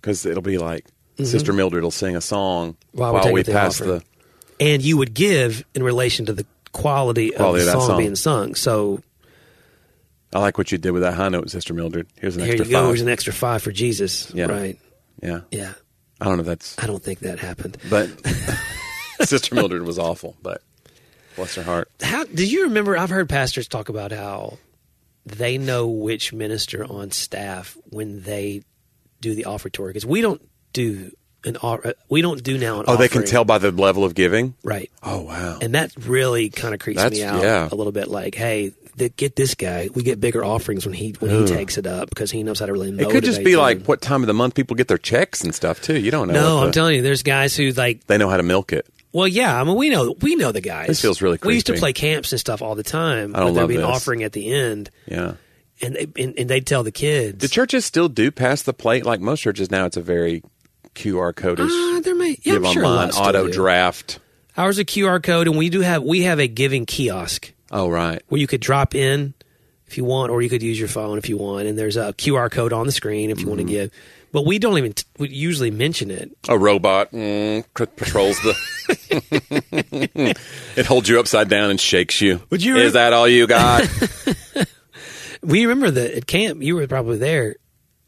Speaker 3: Because it'll be like Sister Mildred will sing a song
Speaker 2: Mm-hmm. While
Speaker 3: while,
Speaker 2: we're taking
Speaker 3: we
Speaker 2: up the
Speaker 3: pass
Speaker 2: offering.
Speaker 3: the.
Speaker 2: and you would give in relation to the quality of
Speaker 3: Quality
Speaker 2: the
Speaker 3: of that
Speaker 2: song,
Speaker 3: song.
Speaker 2: being sung. So
Speaker 3: I like what you did with that high note, Sister Mildred. Here's an
Speaker 2: here you
Speaker 3: extra
Speaker 2: go.
Speaker 3: five.
Speaker 2: Here's an extra five for Jesus,
Speaker 3: Yeah.
Speaker 2: right?
Speaker 3: yeah,
Speaker 2: Yeah,
Speaker 3: I don't know. if That's
Speaker 2: I don't think that happened.
Speaker 3: but Sister Mildred was awful. But bless her heart.
Speaker 2: how do you remember i've heard pastors talk about how they know which minister on staff when they do the offertory because we don't do an or- we don't do now an
Speaker 3: Oh, they can
Speaker 2: offering.
Speaker 3: tell by the level of giving.
Speaker 2: right
Speaker 3: Oh wow.
Speaker 2: and that really kind of creeps me
Speaker 3: That's-
Speaker 2: out
Speaker 3: yeah.
Speaker 2: a little bit like hey th- get this guy we get bigger offerings when he when he takes it up because he knows how to really
Speaker 3: it could just
Speaker 2: motivate
Speaker 3: be
Speaker 2: them.
Speaker 3: like what time of the month people get their checks and stuff too. You don't know.
Speaker 2: no
Speaker 3: what
Speaker 2: i'm
Speaker 3: the-
Speaker 2: telling you there's guys who like
Speaker 3: They know how to milk it.
Speaker 2: Well, yeah. I mean, we know we know the guys.
Speaker 3: This feels really
Speaker 2: We used to
Speaker 3: creepy.
Speaker 2: play camps and stuff all the time.
Speaker 3: I don't
Speaker 2: but there'd
Speaker 3: love
Speaker 2: be an
Speaker 3: this.
Speaker 2: offering at the end,
Speaker 3: Yeah.
Speaker 2: and they and, and they'd tell the kids.
Speaker 3: Do churches still do pass the plate? Like most churches now, it's a very QR code
Speaker 2: Ah, there may yeah,
Speaker 3: give
Speaker 2: I'm sure a
Speaker 3: online
Speaker 2: lot still
Speaker 3: auto
Speaker 2: do.
Speaker 3: draft.
Speaker 2: Ours a QR code, and we do have we have a giving kiosk
Speaker 3: Oh right.
Speaker 2: where you could drop in if you want, or you could use your phone if you want. And there's a QR code on the screen if you
Speaker 3: Mm-hmm.
Speaker 2: want to give. But we don't even t- we usually mention it.
Speaker 3: A robot mm, c- patrols the. it holds you upside down and shakes you.
Speaker 2: Would you-
Speaker 3: Is that all you got?
Speaker 2: We remember that at camp you were probably there.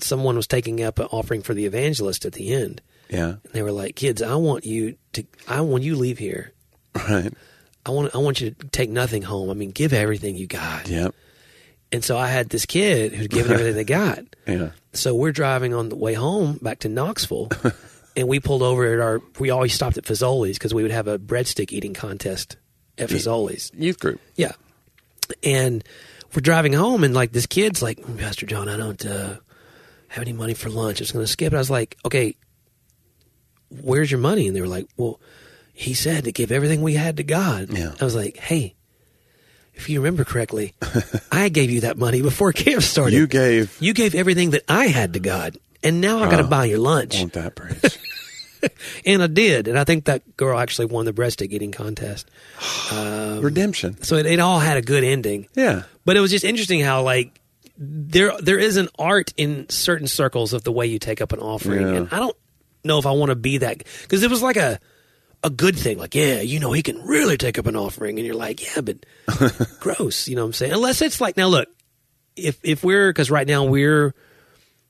Speaker 2: Someone was taking up an offering for the evangelist at the end.
Speaker 3: yeah.
Speaker 2: And they were like, "Kids, I want you to. I when you leave here,
Speaker 3: Right.
Speaker 2: I want I want you to take nothing home. I mean, give everything you got."
Speaker 3: Yep.
Speaker 2: And so I had this kid who'd given everything they got.
Speaker 3: Yeah.
Speaker 2: So we're driving on the way home back to Knoxville, and we pulled over at our. We always stopped at Fazoli's because we would have a breadstick eating contest at Fazoli's.
Speaker 3: Youth group.
Speaker 2: Yeah. And we're driving home, and like this kid's like, Pastor John, I don't uh, have any money for lunch. I'm just going to skip. And I was like, okay, where's your money? And they were like, well, he said to give everything we had to God.
Speaker 3: Yeah.
Speaker 2: I was like, hey, if you remember correctly, I gave you that money before camp started.
Speaker 3: You gave. Uh,
Speaker 2: You gave everything that I had to God. And now I got to buy your lunch.
Speaker 3: Want that praise?
Speaker 2: And I did. And I think that girl actually won the breadstick eating contest. Um,
Speaker 3: Redemption.
Speaker 2: So it, it all had a good ending.
Speaker 3: Yeah.
Speaker 2: But it was just interesting how like there there is an art in certain circles of the way you take up an offering,
Speaker 3: Yeah.
Speaker 2: and I don't know if I want to be that because it was like a a good thing, like yeah, you know, he can really take up an offering, and you're like, yeah, but gross, you know what I'm saying? Unless it's like now, look, if if we're because right now we're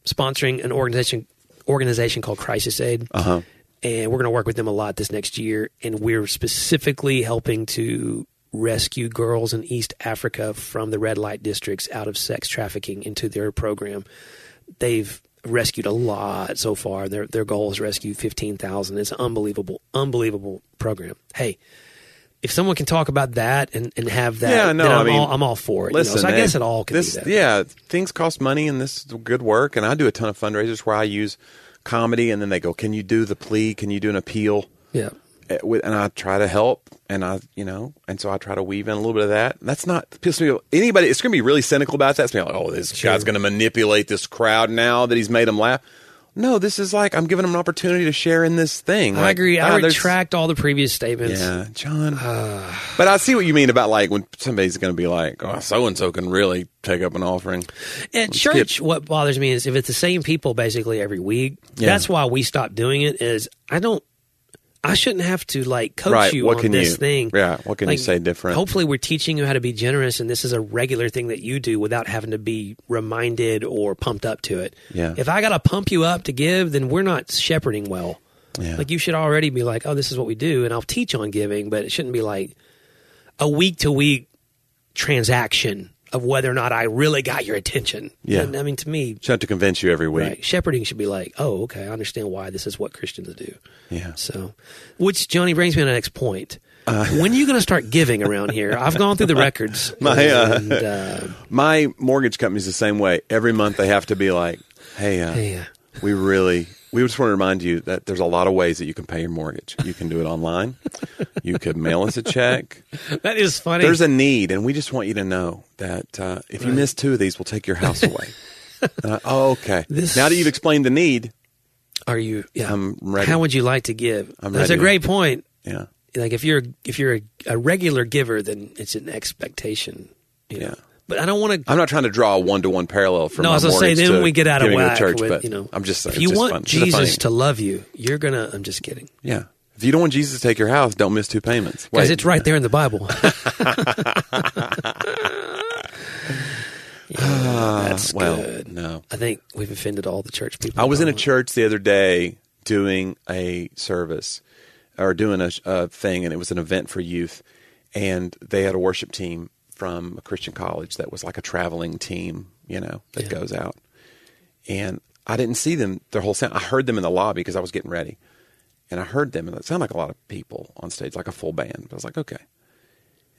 Speaker 2: sponsoring an organization organization called Crisis Aid.
Speaker 3: Uh-huh.
Speaker 2: And we're going to work with them a lot this next year. And we're specifically helping to rescue girls in East Africa from the red light districts out of sex trafficking into their program. They've rescued a lot so far. Their their goal is rescue fifteen thousand. It's an unbelievable, unbelievable program. Hey, if someone can talk about that and, and have that,
Speaker 3: Yeah, no,
Speaker 2: then I'm,
Speaker 3: I mean,
Speaker 2: all, I'm all for it. you know?
Speaker 3: Listen,
Speaker 2: so I guess
Speaker 3: hey,
Speaker 2: it all could
Speaker 3: this,
Speaker 2: be that.
Speaker 3: Yeah, things cost money, and this is good work. And I do a ton of fundraisers where I use comedy, and then they go, "Can you do the plea? Can you do an appeal?"
Speaker 2: yeah.
Speaker 3: Eh, with- And I try to help, and I, you know, and so I try to weave in a little bit of that. That's not pisses me off. Anybody, it's going to be really cynical about that. It's going to be like, "Oh, this guy's going to manipulate this crowd now that he's made them laugh." No, this is like I'm giving them an opportunity to share in this thing.
Speaker 2: I
Speaker 3: Like,
Speaker 2: agree. I
Speaker 3: ah, there's-
Speaker 2: retract all the previous statements.
Speaker 3: yeah, John. but I see what you mean about like when somebody's going to be like, "Oh, so and so can really take up an offering."
Speaker 2: At
Speaker 3: skip.
Speaker 2: church, what bothers me is if it's the same people basically every week.
Speaker 3: Yeah.
Speaker 2: That's why we stopped doing it. Is I don't, I shouldn't have to like coach
Speaker 3: Right,
Speaker 2: you
Speaker 3: what
Speaker 2: on
Speaker 3: can
Speaker 2: this
Speaker 3: you-
Speaker 2: thing.
Speaker 3: yeah, what can you say different?
Speaker 2: Hopefully, we're teaching you how to be generous, and this is a regular thing that you do without having to be reminded or pumped up to it.
Speaker 3: Yeah.
Speaker 2: If I got to pump you up to give, then we're not shepherding well.
Speaker 3: Yeah.
Speaker 2: Like you should already be like, oh, this is what we do, and I'll teach on giving, but it shouldn't be like a week to week transaction of whether or not I really got your attention.
Speaker 3: Yeah.
Speaker 2: And, I mean, to me,
Speaker 3: Should have to convince you every week.
Speaker 2: right, shepherding should be like, oh, okay, I understand why this is what Christians do.
Speaker 3: Yeah.
Speaker 2: So, which Johnny brings me to the next point. when are you going to start giving around here? I've gone through the records.
Speaker 3: Uh, My, uh,
Speaker 2: and, uh,
Speaker 3: My mortgage company's the same way. Every month they have to be like, "Hey, uh,
Speaker 2: Hey, uh."
Speaker 3: we really." We just want to remind you that there's a lot of ways that you can pay your mortgage. You can do it online. you could mail us a check.
Speaker 2: that is funny.
Speaker 3: There's a need, and we just want you to know that uh, if you miss two of these, we'll take your house away. uh, oh, okay.
Speaker 2: This-
Speaker 3: Now that you've explained the need,
Speaker 2: are you? Yeah.
Speaker 3: I'm ready.
Speaker 2: How would you like to give?
Speaker 3: I'm
Speaker 2: That's
Speaker 3: ready.
Speaker 2: a great point.
Speaker 3: yeah,
Speaker 2: Like if you're if you're a, a regular giver, then it's an expectation. you know.
Speaker 3: Yeah.
Speaker 2: But I don't want to
Speaker 3: I'm not trying to draw a one to one parallel from.
Speaker 2: no, I
Speaker 3: my
Speaker 2: was gonna say
Speaker 3: mortgage
Speaker 2: then
Speaker 3: to
Speaker 2: we get out of
Speaker 3: giving to the
Speaker 2: whack.
Speaker 3: church,
Speaker 2: with,
Speaker 3: but
Speaker 2: you know,
Speaker 3: I'm just saying,
Speaker 2: if you
Speaker 3: it's just
Speaker 2: want
Speaker 3: fun. It's just a fun
Speaker 2: Jesus
Speaker 3: game.
Speaker 2: to love you, you're gonna. I'm just kidding
Speaker 3: yeah. If you don't want Jesus to take your house, don't miss two payments.
Speaker 2: because
Speaker 3: Wait.
Speaker 2: it's right there in the Bible. Yeah, that's
Speaker 3: Ah, well,
Speaker 2: good.
Speaker 3: no.
Speaker 2: I think we've offended all the church people.
Speaker 3: I was in a
Speaker 2: Probably.
Speaker 3: church the other day doing a service or doing a, a thing, and it was an event for youth, and they had a worship team from a Christian college that was like a traveling team, you know, that goes out. And I didn't see them their whole sound. I heard them in the lobby because I was getting ready, and I heard them, and it sounded like a lot of people on stage, like a full band. But I was like, okay.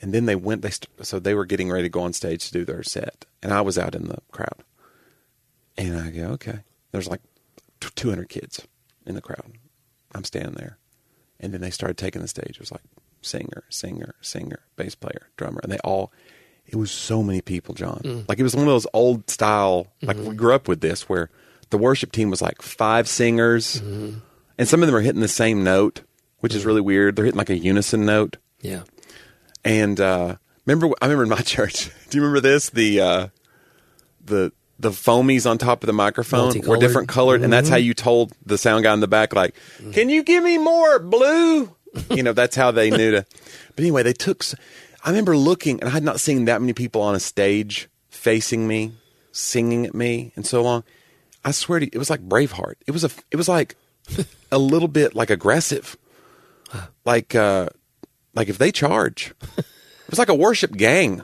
Speaker 3: And then they went. They st- so they were getting ready to go on stage to do their set, and I was out in the crowd. And I go, okay. There's like t- 200 kids in the crowd. I'm standing there. And then they started taking the stage. It was like singer, singer, singer, bass player, drummer, and they all. It was so many people, John. Like it was one of those old style. Like we grew up with this, where the worship team was like five singers, and some of them are hitting the same note, which is really weird. They're hitting like a unison note.
Speaker 2: Yeah.
Speaker 3: And uh, remember, I remember in my church. Do you remember this? The uh, the the foamies on top of the microphone were
Speaker 2: Multicolored.
Speaker 3: different colored, and that's how you told the sound guy in the back, like, "Can you give me more blue?" you know, that's how they knew to. But anyway, they took. s- I remember looking, and I had not seen that many people on a stage facing me, singing at me, and so long. I swear to you, it was like Braveheart. It was a. It was like a little bit like aggressive like uh like if they charge it was like a worship gang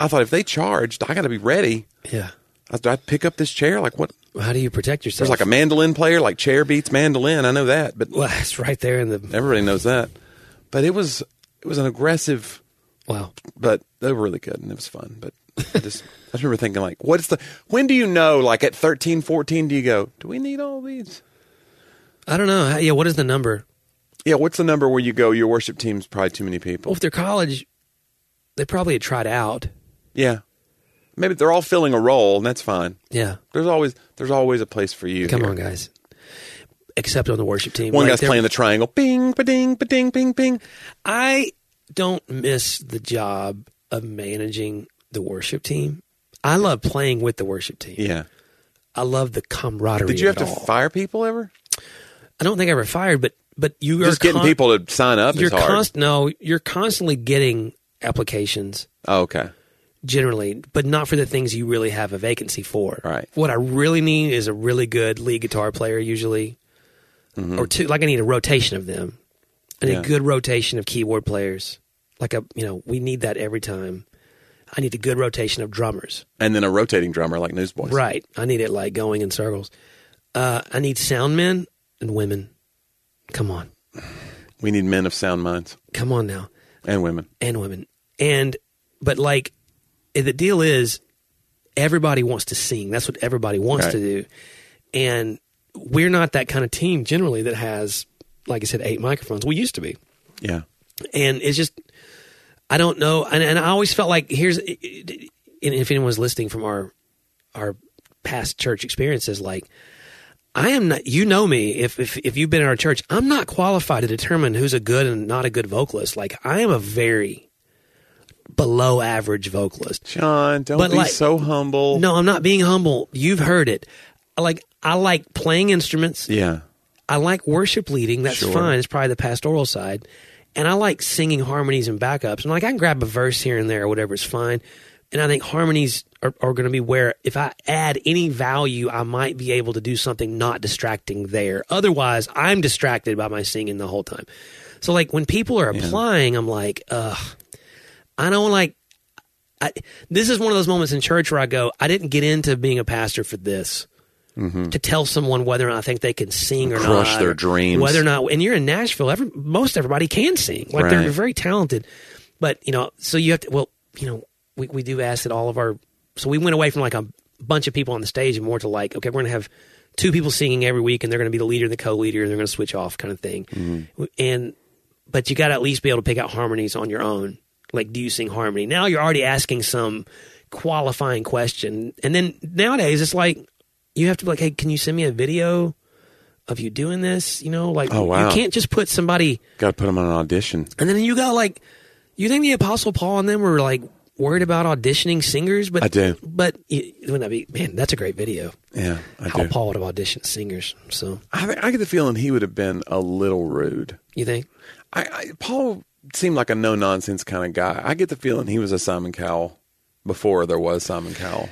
Speaker 3: i thought if they charged i gotta be ready
Speaker 2: Yeah.
Speaker 3: i'd, I'd pick up this chair like what
Speaker 2: How do you protect yourself?
Speaker 3: there's like a mandolin player like chair beats mandolin i know that but
Speaker 2: Well, it's right there in the.
Speaker 3: everybody knows that but it was it was an aggressive
Speaker 2: Wow.
Speaker 3: but they were really good and it was fun but I just i just remember thinking like what's the when do you know like at 13 14 do you go do we need all these
Speaker 2: I don't know. Yeah. What is the number?
Speaker 3: yeah what's the number where you go your worship team's probably too many people
Speaker 2: Well, if they're college, they probably had tried out.
Speaker 3: Yeah. Maybe they're all filling a role and that's fine.
Speaker 2: Yeah.
Speaker 3: There's always there's always a place for you.
Speaker 2: Come
Speaker 3: here.
Speaker 2: on, guys. Except on the worship team.
Speaker 3: One
Speaker 2: Like,
Speaker 3: guy's
Speaker 2: they're-
Speaker 3: playing the triangle. Bing, ba ding, ba ding, bing, bing.
Speaker 2: I don't miss the job of managing the worship team. I love playing with the worship team.
Speaker 3: Yeah.
Speaker 2: I love the camaraderie.
Speaker 3: Did you
Speaker 2: of
Speaker 3: have
Speaker 2: it
Speaker 3: to
Speaker 2: all.
Speaker 3: fire people ever?
Speaker 2: I don't think I ever fired, but but you
Speaker 3: Just
Speaker 2: are
Speaker 3: getting
Speaker 2: con-
Speaker 3: people to sign up
Speaker 2: You're
Speaker 3: is hard.
Speaker 2: const- no, you're constantly getting applications
Speaker 3: oh, okay.
Speaker 2: generally, but not for the things you really have a vacancy for.
Speaker 3: Right.
Speaker 2: What I really need is a really good lead guitar player, usually, or two. Like I need a rotation of them, and
Speaker 3: Mm-hmm. Yeah.
Speaker 2: a good rotation of keyboard players. Like a you know we need that every time. I need a good rotation of drummers.
Speaker 3: And then a rotating drummer like Newsboys.
Speaker 2: Right. I need it like going in circles. Uh, I need sound men and women. Come on,
Speaker 3: We need men of sound minds
Speaker 2: come on now.
Speaker 3: and women.
Speaker 2: and women. And but like eh, the deal is everybody wants to sing. That's what everybody wants
Speaker 3: Right.
Speaker 2: to do. And we're not that kind of team generally that has like I said eight microphones. We used to be.
Speaker 3: Yeah.
Speaker 2: And it's just I don't know and, and I always felt like here's and if anyone's listening from our our past church experiences like I am not. You know me. If if if you've been in our church, I'm not qualified to determine who's a good and not a good vocalist. Like I am a very below average vocalist.
Speaker 3: John, don't
Speaker 2: But
Speaker 3: be
Speaker 2: like-
Speaker 3: so humble.
Speaker 2: No, I'm not being humble. You've heard it. I Like I like playing instruments.
Speaker 3: Yeah.
Speaker 2: I like worship leading. That's
Speaker 3: Sure.
Speaker 2: fine. It's probably the pastoral side. And I like singing harmonies and backups. And like I can grab a verse here and there or whatever is fine. And I think harmonies are, are going to be where if I add any value, I might be able to do something not distracting there. Otherwise, I'm distracted by my singing the whole time. So like when people are applying, I'm like, ugh, I don't like. I, this is one of those moments in church where I go, I didn't get into being a pastor for this to tell someone whether or not I think they can sing or
Speaker 3: Mm-hmm. Crush
Speaker 2: not,
Speaker 3: their
Speaker 2: or
Speaker 3: dreams.
Speaker 2: Whether or not, and you're in Nashville, every, most everybody can sing. Like
Speaker 3: Right.
Speaker 2: they're very talented, but you know, so you have to. Well, you know, we we do ask that all of our. So we went away from like a bunch of people on the stage and more to like, okay, we're gonna have two people singing every week, and they're gonna be the leader and the co-leader, and they're gonna switch off, kind of thing. And but you got to at least be able to pick out harmonies on your own. Like, do you sing harmony? Now you're already asking some qualifying question, and then nowadays it's like you have to be like, hey, can you send me a video of you doing this? You know, like
Speaker 3: Oh, wow.
Speaker 2: you can't just put somebody,
Speaker 3: Got to put them on an audition.
Speaker 2: and then you got like, you think the Apostle Paul and them were like worried about auditioning singers, but
Speaker 3: I do.
Speaker 2: but it, wouldn't that be man? That's a great video.
Speaker 3: Yeah. I
Speaker 2: How
Speaker 3: do.
Speaker 2: Paul would have auditioned singers. So
Speaker 3: I, think- I get the feeling he would have been a little rude.
Speaker 2: you think?
Speaker 3: I, I Paul seemed like a no nonsense kind of guy. I get the feeling he was a Simon Cowell before there was Simon Cowell.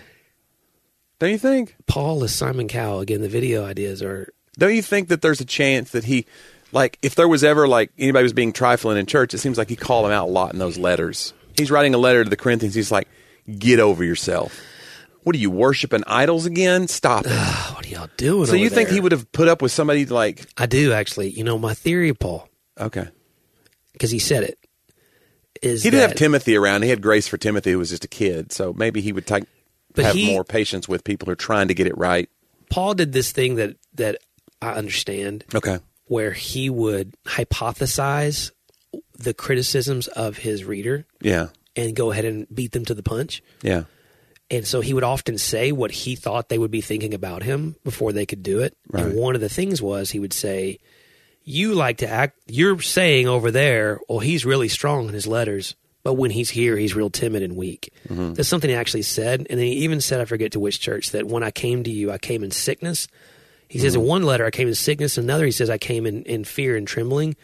Speaker 3: Don't you think?
Speaker 2: Paul is Simon Cowell again. The video ideas are
Speaker 3: Don't you think that there's a chance that he, like, if there was ever like anybody was being trifling in church, it seems like he called him out a lot in those letters. He's writing a letter to the Corinthians. He's like, "Get over yourself. What are you worshiping idols again? Stop it."
Speaker 2: oh, what are y'all doing?
Speaker 3: so you
Speaker 2: over
Speaker 3: think
Speaker 2: there?
Speaker 3: he would have put up with somebody like,
Speaker 2: I do actually. You know, my theory, Paul,
Speaker 3: okay,
Speaker 2: because he said it. Is
Speaker 3: he did
Speaker 2: that,
Speaker 3: have Timothy around. He had grace for Timothy, who was just a kid. So maybe he would take,
Speaker 2: But
Speaker 3: have
Speaker 2: he-
Speaker 3: more patience with people who are trying to get it right.
Speaker 2: Paul did this thing that that I understand,
Speaker 3: Okay.
Speaker 2: where he would hypothesize the criticisms of his reader
Speaker 3: Yeah.
Speaker 2: and go ahead and beat them to the punch.
Speaker 3: Yeah.
Speaker 2: And so he would often say what he thought they would be thinking about him before they could do it.
Speaker 3: Right.
Speaker 2: And one of the things was he would say, You like to act, you're saying over there, well, he's really strong in his letters, but when he's here, he's real timid and weak.
Speaker 3: Mm-hmm.
Speaker 2: That's something he actually said. And then he even said, I forget to which church, that when I came to you, I came in sickness. He
Speaker 3: Mm-hmm.
Speaker 2: says in one letter, I came in sickness. In another, he says, I came in, in fear and trembling,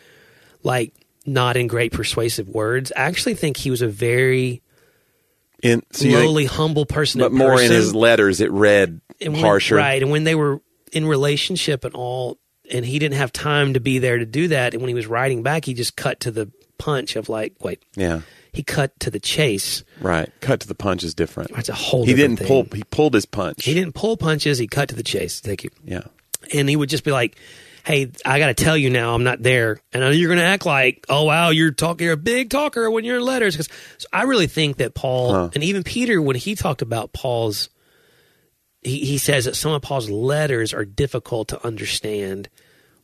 Speaker 2: like not in great persuasive words. I actually think he was a very
Speaker 3: In so you think-
Speaker 2: lowly, humble person.
Speaker 3: but more in
Speaker 2: person.
Speaker 3: his letters, it read
Speaker 2: And when-
Speaker 3: harsher.
Speaker 2: right? And when they were in relationship and all, and he didn't have time to be there to do that. And when he was writing back, he just cut to the punch of like, wait,
Speaker 3: Yeah.
Speaker 2: he cut to the chase.
Speaker 3: Right. Cut to the punch is different.
Speaker 2: That's a whole.
Speaker 3: He
Speaker 2: different
Speaker 3: didn't pull.
Speaker 2: thing.
Speaker 3: He pulled his punch.
Speaker 2: He didn't pull punches. He cut to the chase. Thank you.
Speaker 3: Yeah.
Speaker 2: And he would just be like, "Hey, I got to tell you now, I'm not there, and I know you're going to act like, oh wow, you're talking, you're a big talker when you're in letters." Because I really think that Paul and even Peter, when he talked about Paul's, he, he says that some of Paul's letters are difficult to understand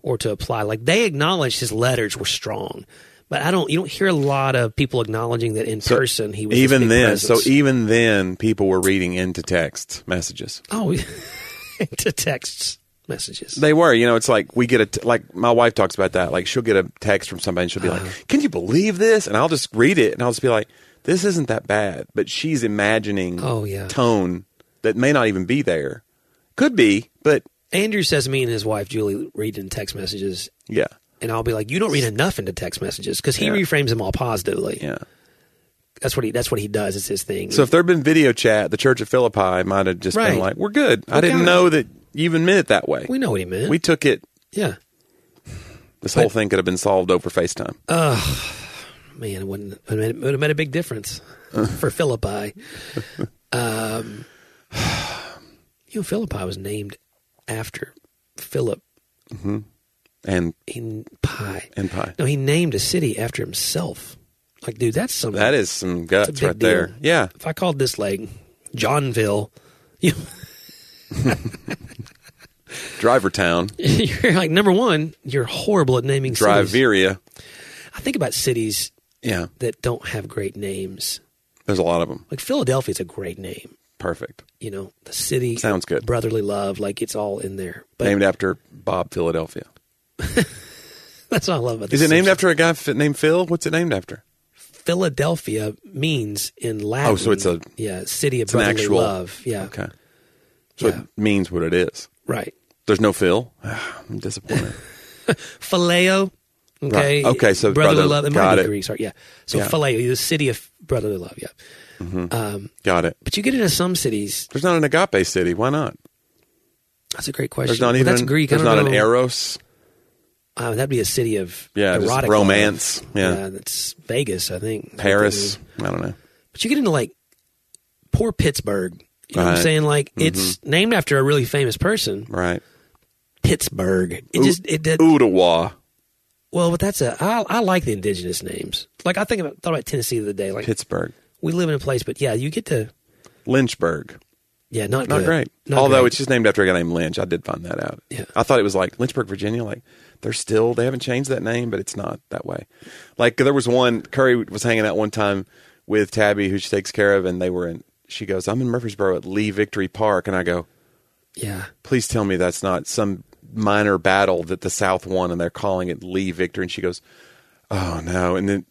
Speaker 2: or to apply. Like they acknowledged his letters were strong. But I don't. You don't hear a lot of people acknowledging that in person. He was this
Speaker 3: even
Speaker 2: big
Speaker 3: then.
Speaker 2: presence.
Speaker 3: So e even then, people were reading into text messages.
Speaker 2: oh, to text messages.
Speaker 3: They were, you know, it's like we get a, t- like my wife talks about that. Like she'll get a text from somebody and she'll be
Speaker 2: Uh-huh.
Speaker 3: like, can you believe this? And I'll just read it and I'll just be like, this isn't that bad. But she's imagining
Speaker 2: Oh, yeah.
Speaker 3: tone that may not even be there. Could be, but
Speaker 2: Andrew says me and his wife Julie read in text messages,
Speaker 3: yeah,
Speaker 2: and I'll be like, "You don't read enough into text messages," because he reframes them all positively.
Speaker 3: yeah.
Speaker 2: That's what he. That's what he does. It's his thing.
Speaker 3: So if there'd been video chat, the church of Philippi might have just
Speaker 2: Right.
Speaker 3: been like, we're good. I didn't
Speaker 2: got
Speaker 3: know that you even meant it that way.
Speaker 2: we know what he meant.
Speaker 3: We took it.
Speaker 2: yeah,
Speaker 3: This whole thing could have been solved over FaceTime.
Speaker 2: Uh. man, it wouldn't it would have made, it would have made a big difference for Philippi. Um, you know, Philippi was named after Philip
Speaker 3: and
Speaker 2: in Pi.
Speaker 3: and pie.
Speaker 2: No, he named a city after himself. Like, dude, that's something.
Speaker 3: That is some
Speaker 2: a
Speaker 3: guts
Speaker 2: big
Speaker 3: right there.
Speaker 2: deal.
Speaker 3: Yeah.
Speaker 2: if I called this like Johnville, you.
Speaker 3: Driver town.
Speaker 2: you're like number one, you're horrible at naming cities.
Speaker 3: Driveria.
Speaker 2: I think about cities
Speaker 3: Yeah.
Speaker 2: that don't have great names.
Speaker 3: There's a lot of them.
Speaker 2: Like Philadelphia's a great name,
Speaker 3: Perfect.
Speaker 2: you know, the city
Speaker 3: Sounds good.
Speaker 2: Brotherly love, like it's all in there. But
Speaker 3: named after Bob Philadelphia.
Speaker 2: that's what I love about
Speaker 3: Is
Speaker 2: the
Speaker 3: it named
Speaker 2: Simpsons.
Speaker 3: after a guy f- named Phil? What's it named after?
Speaker 2: Philadelphia means in Latin?
Speaker 3: Oh, so it's a-
Speaker 2: yeah city of
Speaker 3: an
Speaker 2: brotherly
Speaker 3: actual-
Speaker 2: love. Yeah,
Speaker 3: Okay. So
Speaker 2: Uh, Yeah.
Speaker 3: it means what it is.
Speaker 2: right.
Speaker 3: There's no Phil. I'm disappointed.
Speaker 2: Phileo. Okay.
Speaker 3: Right. Okay, so
Speaker 2: brotherly
Speaker 3: brother-
Speaker 2: love. It might
Speaker 3: got
Speaker 2: be
Speaker 3: it.
Speaker 2: Greek. Sorry. Yeah. So
Speaker 3: Yeah.
Speaker 2: Phileo, the city of brotherly love. Yeah. Um,
Speaker 3: Got it.
Speaker 2: but you get into some cities.
Speaker 3: There's not an agape city. Why not?
Speaker 2: That's a great question.
Speaker 3: There's not
Speaker 2: Well,
Speaker 3: even.
Speaker 2: that's Greek. I
Speaker 3: There's
Speaker 2: don't
Speaker 3: not an
Speaker 2: know.
Speaker 3: eros.
Speaker 2: Uh, that'd be a city of
Speaker 3: Yeah, just
Speaker 2: erotic
Speaker 3: romance.
Speaker 2: love.
Speaker 3: Yeah.
Speaker 2: that's Vegas, I think.
Speaker 3: Paris. I don't know.
Speaker 2: But you get into like poor Pittsburgh. You know what I'm
Speaker 3: Right. Mm-hmm.
Speaker 2: saying? Like it's named after a really famous person,
Speaker 3: Right.
Speaker 2: Pittsburgh. It just it did
Speaker 3: Ottawa.
Speaker 2: well, but that's a I, I like the indigenous names. Like I think about thought about Tennessee the other day. Like
Speaker 3: Pittsburgh.
Speaker 2: we live in a place, but yeah, you get to
Speaker 3: Lynchburg.
Speaker 2: yeah, not
Speaker 3: Not
Speaker 2: good.
Speaker 3: great.
Speaker 2: Not
Speaker 3: Although
Speaker 2: great.
Speaker 3: it's just named after a guy named Lynch. I did find that out.
Speaker 2: Yeah.
Speaker 3: I thought it was like Lynchburg, Virginia. Like they're still they haven't changed that name, but it's not that way. Like there was one Curry was hanging out one time with Tabby, who she takes care of, and they were in. She goes, "I'm in Murfreesboro at Lee Victory Park," and I go,
Speaker 2: yeah,
Speaker 3: please tell me that's not some minor battle that the South won and they're calling it Lee Victory. And she goes, oh no. And then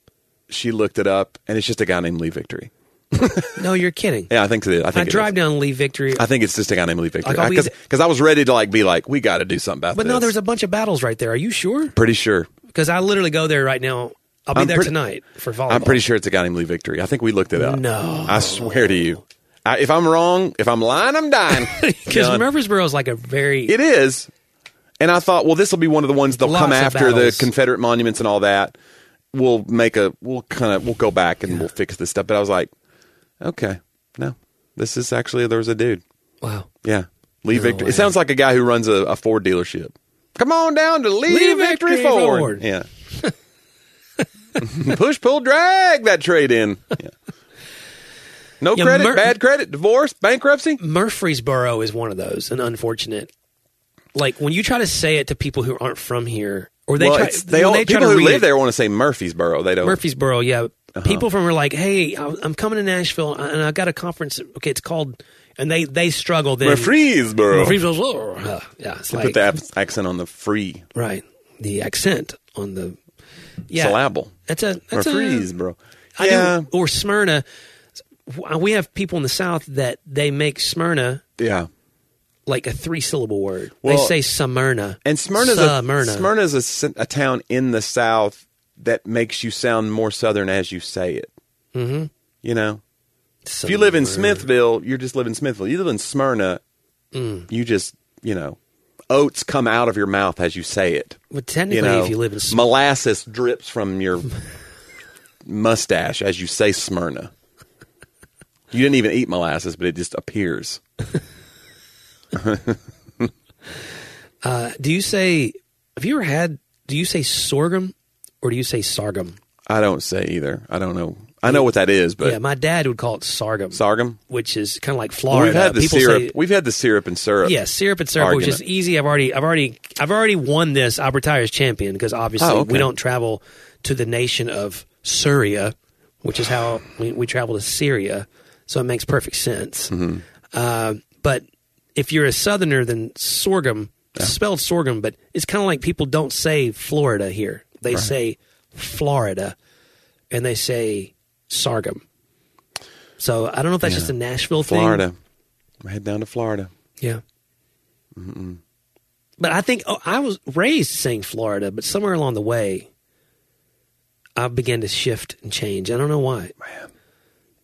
Speaker 3: she looked it up and it's just a guy named Lee Victory.
Speaker 2: no, you're kidding.
Speaker 3: Yeah, I think it is. I
Speaker 2: I,
Speaker 3: think it
Speaker 2: drive
Speaker 3: is.
Speaker 2: down Lee Victory,
Speaker 3: I think it's just a guy named Lee Victory.
Speaker 2: Like, I'll be
Speaker 3: Because
Speaker 2: the-
Speaker 3: I was ready to like be like, we got to do something about
Speaker 2: but
Speaker 3: this.
Speaker 2: no, there's a bunch of battles right there. Are you sure?
Speaker 3: Pretty sure.
Speaker 2: Because I literally go there right now. I'll be
Speaker 3: I'm
Speaker 2: there
Speaker 3: pretty-
Speaker 2: tonight for volleyball.
Speaker 3: I'm pretty sure it's a guy named Lee Victory. I think we looked it up.
Speaker 2: Oh. No.
Speaker 3: I swear to you. I, if I'm wrong, if I'm lying, I'm dying.
Speaker 2: Because
Speaker 3: Done.
Speaker 2: Murfreesboro is like a very
Speaker 3: It is. And I thought, well, this will be one of the ones they'll
Speaker 2: Lots
Speaker 3: come
Speaker 2: of
Speaker 3: after the
Speaker 2: battles.
Speaker 3: Confederate monuments and all that. We'll make a, we'll kind of, we'll go back and we'll fix this stuff. But I was like, okay, no, this is actually there was a dude.
Speaker 2: wow.
Speaker 3: Yeah, Lee Victory.
Speaker 2: way.
Speaker 3: It sounds like a guy who runs a, a Ford dealership. Come on down to Lee,
Speaker 2: Lee
Speaker 3: Victory,
Speaker 2: Victory
Speaker 3: Ford.
Speaker 2: Ford.
Speaker 3: Yeah. Push, pull, drag that trade in. Yeah. No
Speaker 2: Yeah,
Speaker 3: credit,
Speaker 2: Mer-
Speaker 3: bad credit, divorce, bankruptcy.
Speaker 2: Murfreesboro is one of those, an unfortunate. Like when you try to say it to people who aren't from here Or they
Speaker 3: well,
Speaker 2: try,
Speaker 3: it's- they
Speaker 2: when
Speaker 3: all,
Speaker 2: they try
Speaker 3: people
Speaker 2: to
Speaker 3: who
Speaker 2: read
Speaker 3: live
Speaker 2: it-
Speaker 3: there Uh-huh. want to say Murfreesboro. They don't.
Speaker 2: Murfreesboro, yeah. People from are like, hey, I- I'm coming to Nashville and I've got a conference. Okay, it's called, and they they struggle then.
Speaker 3: Murfreesboro.
Speaker 2: Murfreesboro, uh, yeah, it's
Speaker 3: They
Speaker 2: like
Speaker 3: put the ac- accent on the free
Speaker 2: right the accent on the yeah.
Speaker 3: syllable.
Speaker 2: That's a that's a
Speaker 3: Murfreesboro.
Speaker 2: I
Speaker 3: yeah.
Speaker 2: do, or Smyrna. We have people in the South that they make Smyrna
Speaker 3: Yeah.
Speaker 2: like a three syllable word. they
Speaker 3: Well,
Speaker 2: say Smyrna.
Speaker 3: And Smyrna's
Speaker 2: Smyrna.
Speaker 3: a Smyrna's a, s- a town in the South that makes you sound more Southern as you say it. Mm-hmm. You know, if you live in Smithville, you're just living in Smithville. You live in Smyrna,
Speaker 2: Mm.
Speaker 3: you just you know, oats come out of your mouth as you say it.
Speaker 2: Well,
Speaker 3: You
Speaker 2: technically,
Speaker 3: know,
Speaker 2: if you live in Smyrna,
Speaker 3: molasses drips from your mustache as you say Smyrna. You didn't even eat molasses, but it just appears.
Speaker 2: do you say? Have you ever had? Do you say sorghum or do you say sargum?
Speaker 3: I don't say either. I don't know. I know what that is, but
Speaker 2: yeah, my dad would call it sargum,
Speaker 3: sorghum.
Speaker 2: which is kind of like
Speaker 3: Well,
Speaker 2: Florida.
Speaker 3: Uh, we've had the
Speaker 2: People
Speaker 3: syrup.
Speaker 2: say-
Speaker 3: we've had the syrup and syrup.
Speaker 2: yeah, syrup and syrup, which is
Speaker 3: Argument.
Speaker 2: easy. I've already, I've already, I've already won this. I'll retire as champion because obviously
Speaker 3: Oh, okay.
Speaker 2: we don't travel to the nation of Syria, which is how we, we travel to Syria. So it makes perfect sense.
Speaker 3: Mm-hmm.
Speaker 2: Uh, but if you're a Southerner, then sorghum, spelled sorghum, but it's kind of like people don't say Florida here. They say Florida, and they say sorghum. So I don't know if that's just a Nashville thing.
Speaker 3: Florida. I head down to Florida.
Speaker 2: Yeah. But I think oh, I was raised saying Florida, but somewhere along the way, I began to shift and change. I don't know why.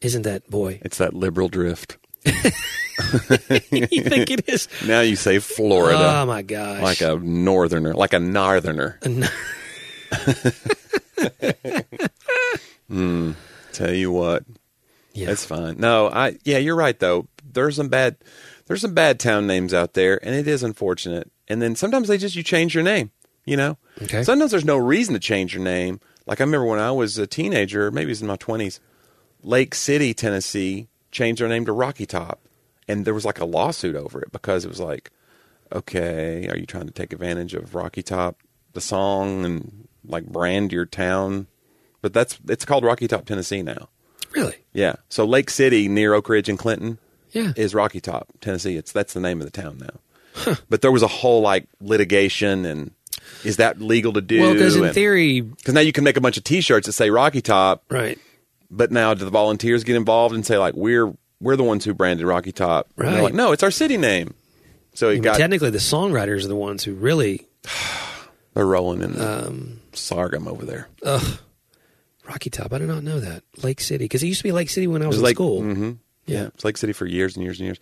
Speaker 2: Isn't that boy?
Speaker 3: It's that liberal drift.
Speaker 2: you think it is?
Speaker 3: Now you say Florida
Speaker 2: Oh my gosh!
Speaker 3: like a northerner, like a northerner. Hmm. Tell you what,
Speaker 2: yeah.
Speaker 3: it's fine. No, I yeah, you're right though. There's some bad, there's some bad town names out there, and it is unfortunate. And then sometimes they just you change your name. You know,
Speaker 2: Okay.
Speaker 3: sometimes there's no reason to change your name. Like I remember when I was a teenager, maybe it was in my twenties, Lake City, Tennessee, changed their name to Rocky Top, and there was like a lawsuit over it because it was like, okay, are you trying to take advantage of Rocky Top, the song, and like brand your town? But that's it's called Rocky Top, Tennessee now.
Speaker 2: really?
Speaker 3: Yeah. So Lake City near Oak Ridge and Clinton
Speaker 2: Yeah.
Speaker 3: is Rocky Top, Tennessee. It's that's the name of the town now. But there was a whole like litigation and is that legal to do?
Speaker 2: well, because in theory,
Speaker 3: because now you can make a bunch of T-shirts that say Rocky Top,
Speaker 2: right?
Speaker 3: but now do the volunteers get involved and say like we're we're the ones who branded Rocky Top? And they're
Speaker 2: Right.
Speaker 3: like, no, it's our city name. So it got
Speaker 2: technically, the songwriters are the ones who really
Speaker 3: they're rolling in the
Speaker 2: Um,
Speaker 3: sorghum over there.
Speaker 2: Rocky Top. I did not know that Lake City because it used to be Lake City when I was
Speaker 3: It's
Speaker 2: in
Speaker 3: like- mm. mm-hmm.
Speaker 2: school.
Speaker 3: yeah. it's Lake City for years and years and years.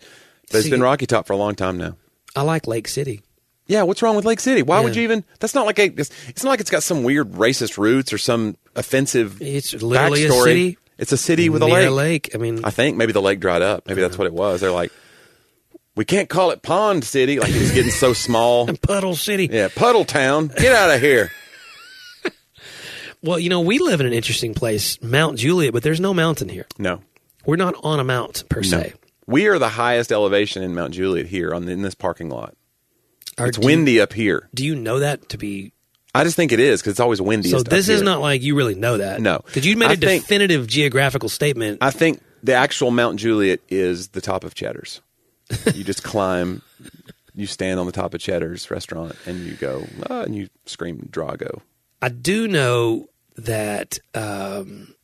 Speaker 3: But it's
Speaker 2: See-
Speaker 3: been Rocky Top for a long time now.
Speaker 2: I like Lake City.
Speaker 3: Yeah, what's wrong with Lake City? Why would
Speaker 2: Yeah.
Speaker 3: you even? That's not like a. It's, it's not like it's got some weird racist roots or some offensive.
Speaker 2: It's literally a
Speaker 3: backstory.
Speaker 2: city
Speaker 3: It's a city with a
Speaker 2: Near
Speaker 3: lake.
Speaker 2: a lake. I mean,
Speaker 3: I think maybe the lake dried up. Maybe that's what it was. They're like, we can't call it Pond City. Like it's getting so small.
Speaker 2: Puddle City.
Speaker 3: Yeah, Puddle Town. Get out of here.
Speaker 2: Well, you know, we live in an interesting place, Mount Juliet, but there's no mountain here.
Speaker 3: No,
Speaker 2: We're not on a mount per se.
Speaker 3: we are the highest elevation in Mount Juliet here on in this parking lot.
Speaker 2: Our-
Speaker 3: It's
Speaker 2: do you-
Speaker 3: windy up here.
Speaker 2: Do you know that to be?
Speaker 3: I just think it is because it's always windy.
Speaker 2: So this is not like you really know that.
Speaker 3: No.
Speaker 2: because you made a
Speaker 3: I think-
Speaker 2: definitive geographical statement.
Speaker 3: I think the actual Mount Juliet is the top of Cheddar's. You just climb, you stand on the top of Cheddar's restaurant, and you go "Ah," and you scream Drago.
Speaker 2: I do know that um,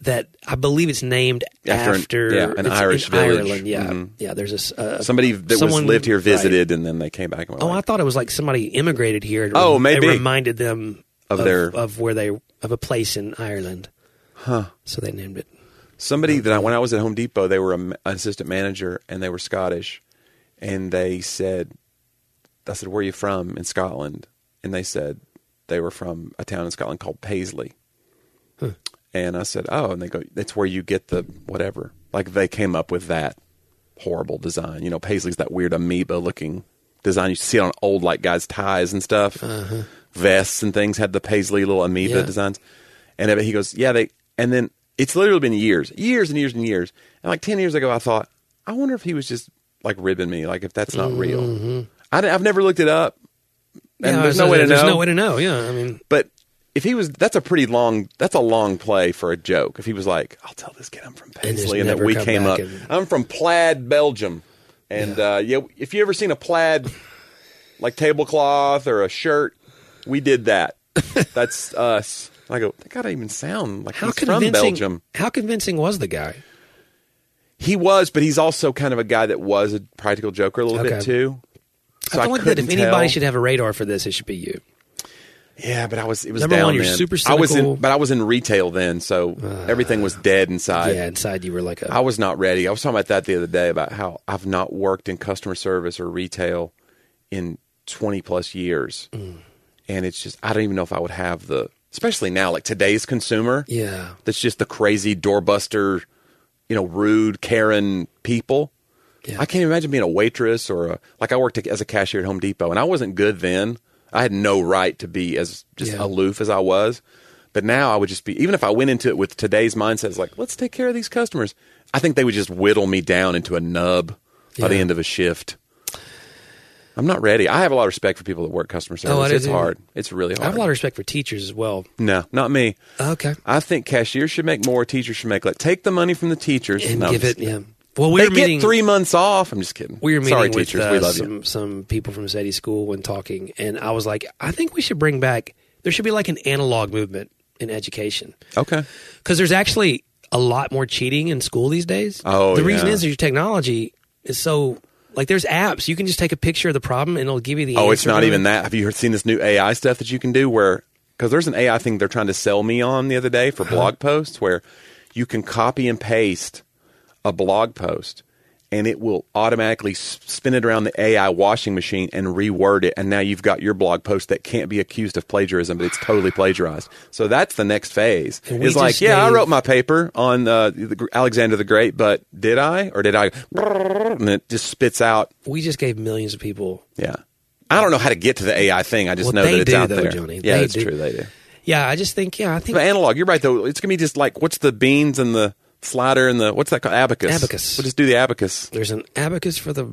Speaker 2: that I believe it's named
Speaker 3: After
Speaker 2: after,
Speaker 3: an- yeah, an
Speaker 2: it's in
Speaker 3: Irish village.
Speaker 2: Ireland. Yeah,
Speaker 3: Mhm.
Speaker 2: yeah. There's this uh,
Speaker 3: Somebody that was
Speaker 2: someone-
Speaker 3: lived here
Speaker 2: right.
Speaker 3: visited, and then they came back. And were
Speaker 2: Oh, I
Speaker 3: like,
Speaker 2: thought it was like somebody immigrated here. and rem-
Speaker 3: Oh,
Speaker 2: it
Speaker 3: maybe.
Speaker 2: reminded them
Speaker 3: Of their-
Speaker 2: of where they of a place in Ireland. Huh. So they named it.
Speaker 3: somebody that I, when I was at Home Depot, they were a ma- an assistant manager, and they were Scottish, and they said, "I said, where are you from in Scotland?" And they said they were from a town in Scotland called Paisley. And I said, "Oh," and they go, "That's where you get the whatever." Like they came up with that horrible design. You know, Paisley's that weird amoeba-looking design you see on old like guys' ties and stuff, vests and things had the Paisley little amoeba
Speaker 2: Uh-huh. Yeah.
Speaker 3: designs. And he goes, "Yeah, they." And then it's literally been years, years and years and years. And like ten years ago, I thought, I wonder if he was just like ribbing me, like if that's not real. I, have never looked it up. And
Speaker 2: Mm-hmm. Yeah,
Speaker 3: there's
Speaker 2: so
Speaker 3: no way to
Speaker 2: there's
Speaker 3: know.
Speaker 2: no way to know. Yeah, I mean,
Speaker 3: But if he was, that's a pretty long. That's a long play for a joke. If he was like, "I'll tell this kid I'm from
Speaker 2: And just
Speaker 3: Paisley and, that
Speaker 2: never
Speaker 3: we
Speaker 2: come
Speaker 3: came
Speaker 2: back
Speaker 3: up.
Speaker 2: and-
Speaker 3: I'm from Plaid, Belgium." And yeah. Uh, yeah, if you ever seen a plaid like tablecloth or a shirt, we did that. That's us. I go. That gotta even sound like
Speaker 2: how
Speaker 3: he's from
Speaker 2: convincing?
Speaker 3: Belgium.
Speaker 2: How convincing was the guy?
Speaker 3: He was, but he's also kind of a guy that was a practical joker a little bit
Speaker 2: Okay.
Speaker 3: too. So
Speaker 2: I
Speaker 3: I,
Speaker 2: feel like that
Speaker 3: couldn't
Speaker 2: if anybody
Speaker 3: tell.
Speaker 2: should have a radar for this, it should be you.
Speaker 3: Yeah, but I was it was
Speaker 2: Number
Speaker 3: down
Speaker 2: one, you're
Speaker 3: then.
Speaker 2: super
Speaker 3: I was
Speaker 2: cynical. Uh,
Speaker 3: in, but I was in retail then, so everything was dead inside.
Speaker 2: yeah, inside you were like a
Speaker 3: I was not ready. I was talking about that the other day about how I've not worked in customer service or retail in 20 plus years.
Speaker 2: Mm.
Speaker 3: And it's just, I don't even know if I would have the, especially now, like today's consumer
Speaker 2: yeah.
Speaker 3: that's just the crazy doorbuster, you know, rude Karen people.
Speaker 2: Yeah.
Speaker 3: I can't even imagine being a waitress or a, like I worked as a cashier at Home Depot and I wasn't good then. I had no right to be as just
Speaker 2: Yeah.
Speaker 3: aloof as I was. But now I would just be, even if I went into it with today's mindset, it's like, let's take care of these customers. I think they would just whittle me down into a nub by the
Speaker 2: Yeah.
Speaker 3: end of a shift. I'm not ready. I have a lot of respect for people that work customer service.
Speaker 2: Oh, I do
Speaker 3: it's
Speaker 2: too.
Speaker 3: hard. It's really hard.
Speaker 2: I have a lot of respect for teachers as well.
Speaker 3: no, not me.
Speaker 2: Okay,
Speaker 3: I think cashiers should make more. Teachers should make less. Take the money from the teachers
Speaker 2: and
Speaker 3: No, I'm
Speaker 2: give
Speaker 3: just-
Speaker 2: it. Yeah. Well, we
Speaker 3: They
Speaker 2: were meeting
Speaker 3: get three months off. I'm just kidding.
Speaker 2: we were meeting
Speaker 3: Sorry,
Speaker 2: with
Speaker 3: teachers.
Speaker 2: uh,
Speaker 3: we love
Speaker 2: some
Speaker 3: you.
Speaker 2: some people from Sadie School and talking, and I was like, I think we should bring back. There should be like an analog movement in education.
Speaker 3: Okay.
Speaker 2: because there's actually a lot more cheating in school these days.
Speaker 3: Oh,
Speaker 2: the reason
Speaker 3: yeah.
Speaker 2: is your technology is so like there's apps you can just take a picture of the problem and it'll give you the.
Speaker 3: Oh, it's
Speaker 2: answer
Speaker 3: not
Speaker 2: to
Speaker 3: even
Speaker 2: it.
Speaker 3: that. Have you heard, seen this new AI stuff that you can do where, because there's an AI thing they're trying to sell me on the other day for
Speaker 2: Uh-huh.
Speaker 3: blog posts where you can copy and paste a blog post and it will automatically s- spin it around the AI washing machine and reword it. And now you've got your blog post that can't be accused of plagiarism, but it's totally plagiarized. So that's the next phase.
Speaker 2: And we
Speaker 3: It's like,
Speaker 2: just
Speaker 3: yeah, I
Speaker 2: need-
Speaker 3: wrote my paper on uh, the, gr- Alexander the Great, but did I? Or did I? And it just spits out
Speaker 2: We just gave millions of people.
Speaker 3: yeah. I don't know how to get to the AI thing. I just
Speaker 2: Well,
Speaker 3: know
Speaker 2: they
Speaker 3: that it's
Speaker 2: do,
Speaker 3: out
Speaker 2: though,
Speaker 3: there.
Speaker 2: Johnny.
Speaker 3: Yeah,
Speaker 2: They
Speaker 3: that's
Speaker 2: do.
Speaker 3: true. They do.
Speaker 2: Yeah, I just think yeah, I think
Speaker 3: But analog, you're right though. It's gonna be just like what's the beans and the slider and the what's that called? Abacus.
Speaker 2: Abacus.
Speaker 3: We'll just do the abacus.
Speaker 2: there's an abacus for the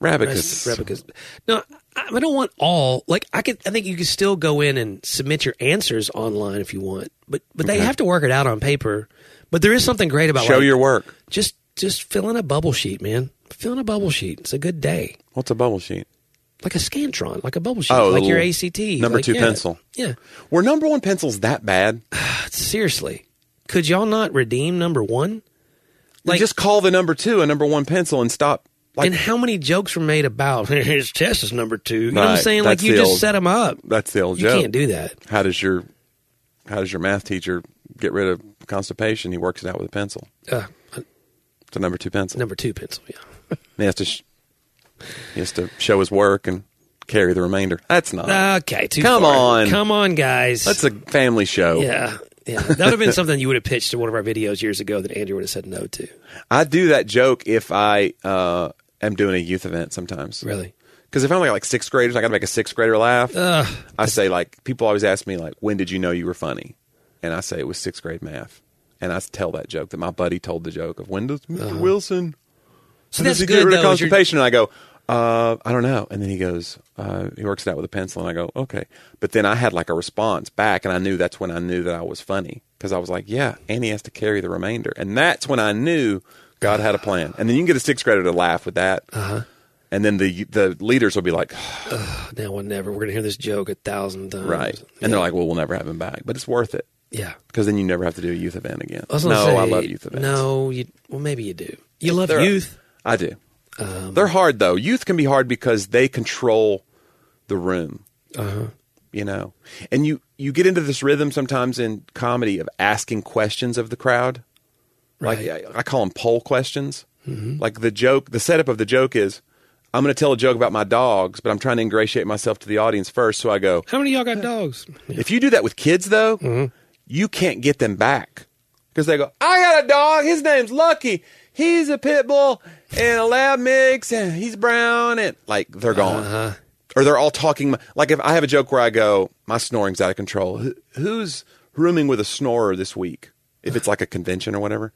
Speaker 3: Rabacus.
Speaker 2: Abacus. No, I I don't want all. Like I could, I think you could still go in and submit your answers online if you want, but but they have to work it out on paper. But there is something great about
Speaker 3: Show
Speaker 2: like,
Speaker 3: your work.
Speaker 2: just just fill in a bubble sheet, man. Fill in a bubble sheet. It's a good day.
Speaker 3: What's a bubble sheet?
Speaker 2: like a Scantron, like a bubble sheet,
Speaker 3: Oh, the
Speaker 2: like your
Speaker 3: little
Speaker 2: ACT,
Speaker 3: number
Speaker 2: like,
Speaker 3: two
Speaker 2: yeah,
Speaker 3: pencil.
Speaker 2: Yeah,
Speaker 3: Were number one pencils that bad?
Speaker 2: but seriously, could y'all not redeem number one?
Speaker 3: Like, just call the number two a number one pencil and stop. Like
Speaker 2: and how many jokes were made about his test is number two? You know what I'm
Speaker 3: Right,
Speaker 2: saying? Like
Speaker 3: that's
Speaker 2: you
Speaker 3: the
Speaker 2: just
Speaker 3: old-
Speaker 2: set them up.
Speaker 3: that's the old
Speaker 2: You
Speaker 3: joke.
Speaker 2: can't do that.
Speaker 3: How does your how does your math teacher get rid of constipation? He works it out with a pencil.
Speaker 2: Uh,
Speaker 3: It's a number two pencil.
Speaker 2: number two pencil. Yeah.
Speaker 3: And he has to sh- he has to show his work and carry the remainder. That's not.
Speaker 2: Okay. Too
Speaker 3: Come
Speaker 2: far.
Speaker 3: on.
Speaker 2: Come on, guys.
Speaker 3: That's a family show.
Speaker 2: yeah. Yeah, that would have been something you would have pitched to one of our videos years ago that Andrew would have said no to.
Speaker 3: I do that joke if I uh, am doing a youth event sometimes.
Speaker 2: Really?
Speaker 3: Because if I'm like, like sixth graders, I got to make a sixth grader laugh. I say like people always ask me like, when did you know you were funny? And I say it was sixth grade math. And I tell that joke that my buddy told the joke of when does mister Wilson?
Speaker 2: Uh-huh. So
Speaker 3: when
Speaker 2: that's
Speaker 3: does he
Speaker 2: good.
Speaker 3: get rid of
Speaker 2: though, is you're-
Speaker 3: constipation? And I go, uh, I don't know. And then he goes, uh, he works it out with a pencil. And I go, okay. But then I had like a response back, and I knew that's when I knew that I was funny because I was like, yeah, Annie has to carry the remainder, and that's when I knew God had a plan. And then you can get a sixth grader to laugh with that,
Speaker 2: Uh-huh.
Speaker 3: and then the the leaders will be like,
Speaker 2: now or never. We're gonna hear this joke a thousand times.
Speaker 3: right, and they're like, well, we'll never have him back, but it's worth it
Speaker 2: yeah.
Speaker 3: because then you never have to do a youth event again.
Speaker 2: I was
Speaker 3: no,
Speaker 2: gonna say,
Speaker 3: I love youth events.
Speaker 2: No, you, well, maybe you do. You love
Speaker 3: They're-
Speaker 2: youth. Um,
Speaker 3: I do. They're hard though. Youth can be hard because they control the room.
Speaker 2: Uh-huh.
Speaker 3: You know, and you you get into this rhythm sometimes in comedy of asking questions of the crowd. Like I, I call them poll questions.
Speaker 2: Mm-hmm.
Speaker 3: Like the joke, the setup of the joke is, I'm going to tell a joke about my dogs, but I'm trying to ingratiate myself to the audience first. So I go,
Speaker 2: How many of y'all got dogs?
Speaker 3: if you do that with kids, though,
Speaker 2: Mm-hmm.
Speaker 3: you can't get them back because they go, "I got a dog. His name's Lucky. He's a pit bull and a lab mix, and he's brown." And like they're gone,
Speaker 2: Uh-huh.
Speaker 3: or they're all talking. Like if I have a joke where I go, "My snoring's out of control. Who, who's rooming with a snorer this week?" If it's like a convention or whatever,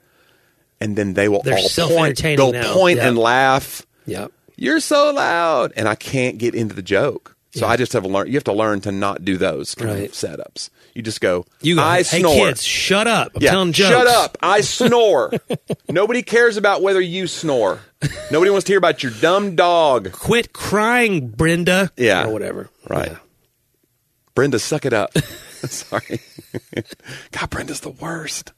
Speaker 3: and then they will
Speaker 2: They're
Speaker 3: all point.
Speaker 2: self-entertaining
Speaker 3: They'll
Speaker 2: now.
Speaker 3: point
Speaker 2: Yeah.
Speaker 3: and laugh
Speaker 2: Yep.
Speaker 3: you're so loud and i can't get into the joke So I just have learned. You have to learn to not do those kind
Speaker 2: Right.
Speaker 3: of setups. You just go.
Speaker 2: You go,
Speaker 3: I
Speaker 2: hey
Speaker 3: snore.
Speaker 2: kids, shut up. I'm
Speaker 3: Yeah.
Speaker 2: telling jokes.
Speaker 3: Shut up. I snore. Nobody cares about whether you snore. Nobody wants to hear about your dumb dog.
Speaker 2: Quit crying, Brenda.
Speaker 3: Yeah.
Speaker 2: Or whatever.
Speaker 3: Right.
Speaker 2: Yeah.
Speaker 3: Brenda, suck it up. Sorry. God, Brenda's the worst.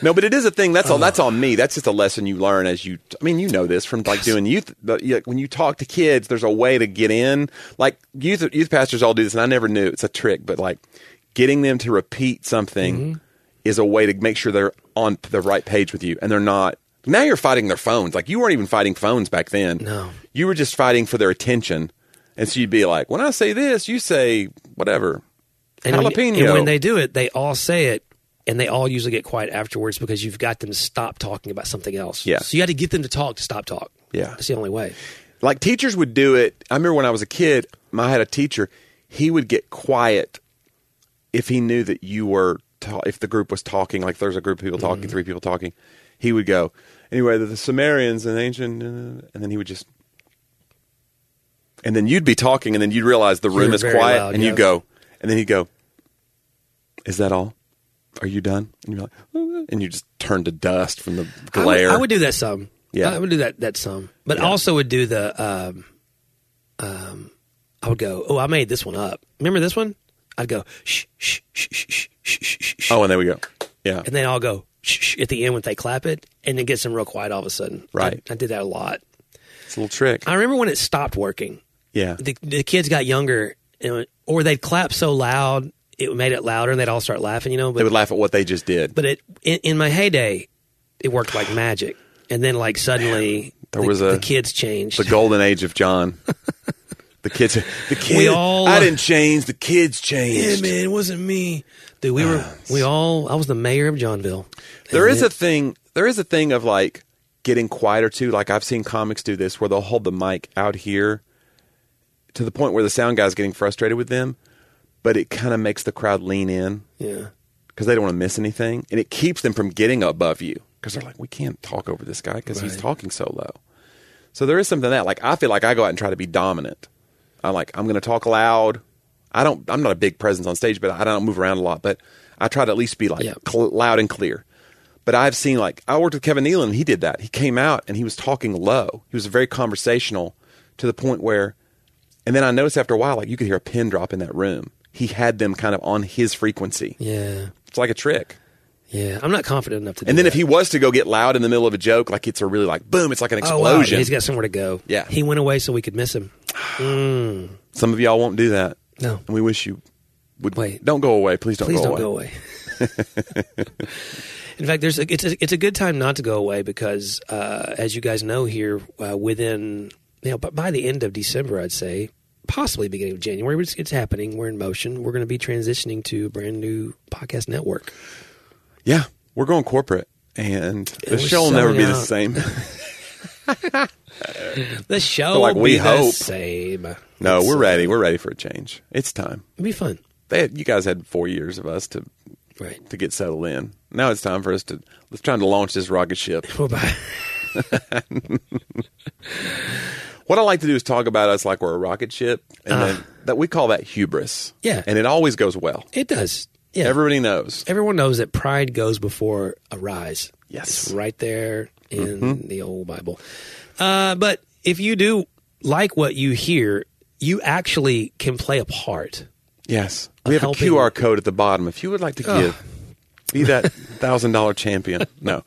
Speaker 3: No, but it is a thing. That's all. That's on me. That's just a lesson you learn as you. I mean, you know this from like doing youth. the- yeah, When you talk to kids, there's a way to get in. Like youth youth pastors all do this, and I never knew it's a trick. But like getting them to repeat something is a way to make sure they're on the right page with you, and they're not. Now you're fighting their phones. Like you weren't even fighting phones back then.
Speaker 2: No.
Speaker 3: you were just fighting for their attention. And so you'd be like, when I say this, you say whatever.
Speaker 2: And when-
Speaker 3: jalapeno.
Speaker 2: and when they do it, they all say it, and they all usually get quiet afterwards because you've got them to stop talking about something else.
Speaker 3: Yeah.
Speaker 2: So you had to get them to talk to stop talk.
Speaker 3: Yeah.
Speaker 2: That's the only way.
Speaker 3: like teachers would do it. I remember when I was a kid, I had a teacher. He would get quiet if he knew that you were ta- if the group was talking. Like there's a group of people talking,
Speaker 2: Mm-hmm.
Speaker 3: three people talking. He would go anyway. The, the Sumerians and ancient, uh, and then he would just, and then you'd be talking, and then you'd realize the room
Speaker 2: were
Speaker 3: is
Speaker 2: very
Speaker 3: quiet,
Speaker 2: loud,
Speaker 3: and
Speaker 2: yes.
Speaker 3: you'd go, and then he'd go, "Is that all? Are you done?" And you're like, "Uh," and you just turn to dust from the
Speaker 2: I would-
Speaker 3: glare.
Speaker 2: I would, do that some.
Speaker 3: Yeah.
Speaker 2: I would do that that some. But I also would do the um, um, I would go, oh, I made this one up. Remember this one? I'd go shh shh shh shh shh shh shh shh.
Speaker 3: oh, and there we go. Yeah,
Speaker 2: and then I'll go shh, shh at the end when they clap it, and it gets them real quiet all of a sudden.
Speaker 3: Right.
Speaker 2: I, I did that a lot.
Speaker 3: it's a little trick.
Speaker 2: I remember when it stopped working.
Speaker 3: yeah,
Speaker 2: The, the kids got younger, and, or they'd clap so loud it made it louder, and they'd all start laughing. You know,
Speaker 3: they
Speaker 2: but
Speaker 3: would laugh at what they just did.
Speaker 2: but it in, in my heyday, it worked like magic. And then like suddenly,
Speaker 3: there
Speaker 2: the,
Speaker 3: was a-
Speaker 2: the kids changed.
Speaker 3: the golden age of John. The kids, the kids.
Speaker 2: all-
Speaker 3: I didn't change. The kids
Speaker 2: yeah,
Speaker 3: changed.
Speaker 2: man, it wasn't me, dude. We were we all. I was the mayor of Johnville.
Speaker 3: there
Speaker 2: And
Speaker 3: is
Speaker 2: then-
Speaker 3: a thing. There is a thing of like getting quieter too. Like I've seen comics do this where they'll hold the mic out here to the point where the sound guy's getting frustrated with them, but it kind of makes the crowd lean in
Speaker 2: yeah.
Speaker 3: because they don't want to miss anything, and it keeps them from getting above you because they're like, we can't talk over this guy because he's talking so low. So there is something to that like I feel like I go out and try to be dominant. I like I'm going to talk loud. I don't. I'm not a big presence on stage, but I don't move around a lot. But I try to at least be like
Speaker 2: Yeah.
Speaker 3: cl- loud and clear. But I've seen like I worked with Kevin Nealon. and He did that. He came out and he was talking low. He was very conversational to the point where, and then I noticed after a while, like you could hear a pin drop in that room. He had them kind of on his frequency.
Speaker 2: Yeah.
Speaker 3: It's like a trick.
Speaker 2: Yeah. I'm not confident enough to. Do
Speaker 3: And then
Speaker 2: that.
Speaker 3: if he was to go get loud in the middle of a joke, like it's a really like boom, it's like an
Speaker 2: Oh, wow,
Speaker 3: explosion.
Speaker 2: He's got somewhere to go.
Speaker 3: Yeah.
Speaker 2: He went away so we could miss him.
Speaker 3: Some of y'all won't do that.
Speaker 2: No.
Speaker 3: And we wish you would
Speaker 2: Oh. Wait.
Speaker 3: Don't go away. Please don't
Speaker 2: Please
Speaker 3: go
Speaker 2: don't
Speaker 3: away.
Speaker 2: go away. In fact, there's a, it's a, it's a good time not to go away because, uh, as you guys know, here uh, within you know, but by the end of December, I'd say possibly beginning of January, but it's, it's happening. We're in motion. We're going to be transitioning to a brand new podcast network.
Speaker 3: Yeah. We're going corporate and the
Speaker 2: we're
Speaker 3: show will never be
Speaker 2: selling
Speaker 3: the
Speaker 2: out.
Speaker 3: same.
Speaker 2: The show
Speaker 3: But, like,
Speaker 2: will
Speaker 3: we
Speaker 2: be the
Speaker 3: hope.
Speaker 2: same.
Speaker 3: no,
Speaker 2: It's-
Speaker 3: we're ready. We're ready for a change. It's time.
Speaker 2: It'll be fun,
Speaker 3: They had, you guys had four years of us to
Speaker 2: right?
Speaker 3: to get settled in. Now it's time for us to let's try to launch this rocket ship.
Speaker 2: We're back.
Speaker 3: What I like to do is talk about us like we're a rocket ship, and then that we call that hubris.
Speaker 2: Uh. Yeah.
Speaker 3: and it always goes well.
Speaker 2: It does. Yeah.
Speaker 3: Everybody knows.
Speaker 2: everyone knows that pride goes before a rise.
Speaker 3: Yes. Mm-hmm.
Speaker 2: It's right there in the old Bible. Uh, but if you do like what you hear, you actually can play a part.
Speaker 3: Yes, we have
Speaker 2: helping-
Speaker 3: a QR code at the bottom. If you would like to give, be that thousand dollar champion. No.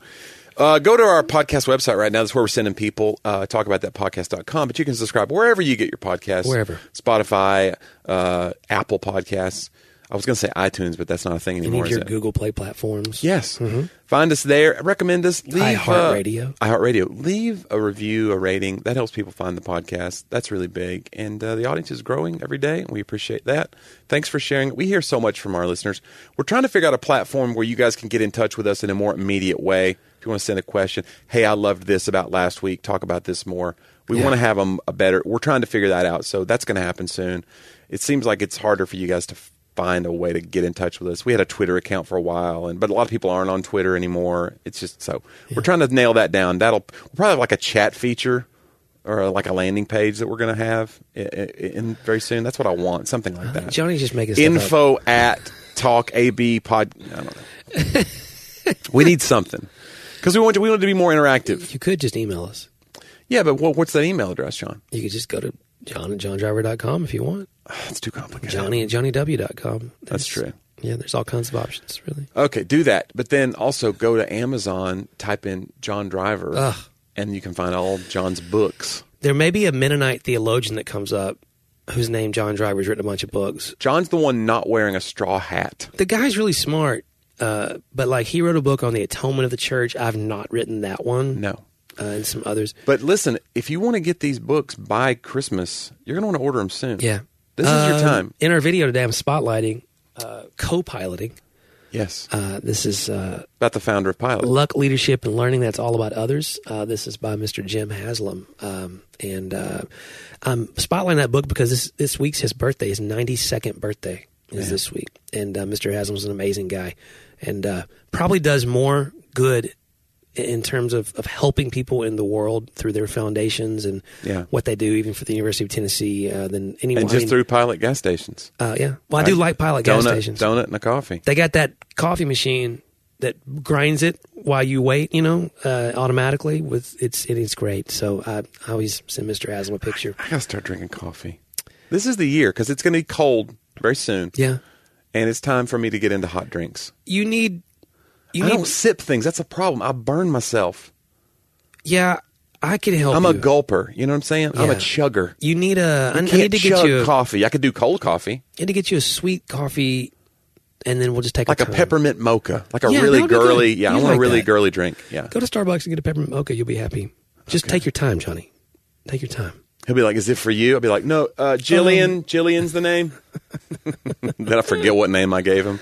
Speaker 3: Uh, go to our podcast website right now. That's where we're sending people. Uh, talk about that podcast.com. But you can subscribe wherever you get your podcasts.
Speaker 2: Wherever.
Speaker 3: Spotify, uh, Apple Podcasts. I was going to say iTunes, but that's not a thing
Speaker 2: You
Speaker 3: anymore.
Speaker 2: need
Speaker 3: is
Speaker 2: your
Speaker 3: it?
Speaker 2: Google Play platforms.
Speaker 3: Yes. Find us there. Recommend us. Leave
Speaker 2: iHeartRadio.
Speaker 3: Uh, iHeartRadio. Leave a review, a rating. That helps people find the podcast. That's really big. And uh, the audience is growing every day. And we appreciate that. Thanks for sharing. We hear so much from our listeners. We're trying to figure out a platform where you guys can get in touch with us in a more immediate way. If you want to send a question, hey, I loved this about last week. Talk about this more. We want to have them a better. We're trying to figure that out. So that's going to happen soon. It seems like it's harder for you guys to find a way to get in touch with us. We had a Twitter account for a while, and but a lot of people aren't on Twitter anymore. It's just so we're trying to nail that down. That'll we'll probably have like a chat feature or like a landing page that we're going to have in, in very soon. That's what I want. Something like that.
Speaker 2: Johnny's just making stuff up.
Speaker 3: Info at talk ab pod. I don't know. we need something because we want to, we want it to be more interactive.
Speaker 2: You could just email us.
Speaker 3: Yeah, but what, what's that email address, John?
Speaker 2: You could just go to john at johndriver.com if you want.
Speaker 3: That's too complicated.
Speaker 2: Johnny at johnnyw.com.
Speaker 3: That's true.
Speaker 2: Yeah, there's all kinds of options, really.
Speaker 3: Okay, do that. But then also go to Amazon, type in John Driver,
Speaker 2: Ugh.
Speaker 3: and you can find all of John's books.
Speaker 2: There may be a Mennonite theologian that comes up whose name John Driver's written a bunch of books.
Speaker 3: John's the one not wearing a straw hat.
Speaker 2: The guy's really smart, uh, but like he wrote a book on the atonement of the church. I've not written that one.
Speaker 3: No.
Speaker 2: Uh, and some others.
Speaker 3: But listen, if you want to get these books by Christmas, you're going to want to order them soon.
Speaker 2: Yeah.
Speaker 3: This is your
Speaker 2: Um,
Speaker 3: time.
Speaker 2: In our video today, I'm spotlighting, uh, co piloting.
Speaker 3: Yes.
Speaker 2: Uh, this is uh,
Speaker 3: About the founder of Pilot.
Speaker 2: Luck, Leadership, and Learning. That's all about others. Uh, this is by Mr. Jim Haslam. Um, and uh, I'm spotlighting that book because this, this week's his birthday, his 92nd birthday is this week. And uh, Mr. Haslam's an amazing guy and uh, probably does more good in terms of, of helping people in the world through their foundations and
Speaker 3: Yeah.
Speaker 2: what they do, even for the University of Tennessee, uh, than anyone.
Speaker 3: and
Speaker 2: I
Speaker 3: just
Speaker 2: mean,
Speaker 3: through Pilot gas stations.
Speaker 2: uh, yeah. Well, I do like pilot gas
Speaker 3: donut,
Speaker 2: stations.
Speaker 3: Donut and a coffee.
Speaker 2: They got that coffee machine that grinds it while you wait, you know, uh, automatically. With it's it is great. So I, I always send Mr. Haslam a picture.
Speaker 3: I got to start drinking coffee. This is the year because it's going to be cold very soon.
Speaker 2: Yeah,
Speaker 3: And it's time for me to get into hot drinks.
Speaker 2: you need. You
Speaker 3: I
Speaker 2: need.
Speaker 3: don't sip things. That's a problem. I burn myself.
Speaker 2: yeah, I can help.
Speaker 3: I'm
Speaker 2: you.
Speaker 3: a gulper. You know what I'm saying? I'm
Speaker 2: Oh,
Speaker 3: a
Speaker 2: Yeah.
Speaker 3: chugger.
Speaker 2: You need a. I
Speaker 3: I
Speaker 2: need
Speaker 3: can't
Speaker 2: to get
Speaker 3: chug
Speaker 2: you. A,
Speaker 3: coffee. I could do cold coffee,
Speaker 2: I need to get you a sweet coffee, and then we'll just take
Speaker 3: like
Speaker 2: our
Speaker 3: a
Speaker 2: time.
Speaker 3: peppermint mocha, like a
Speaker 2: Yeah,
Speaker 3: really
Speaker 2: that would be good.
Speaker 3: girly. Yeah,
Speaker 2: You
Speaker 3: I want
Speaker 2: like
Speaker 3: a really
Speaker 2: that.
Speaker 3: girly drink. Yeah,
Speaker 2: Go to Starbucks and get a peppermint mocha. You'll be happy. Just take your time, Johnny. Take your time.
Speaker 3: he'll be like, "Is it for you?" I'll be like, "No,
Speaker 2: Um,
Speaker 3: uh, Jillian. Jillian's the name." then I forget what name I gave him.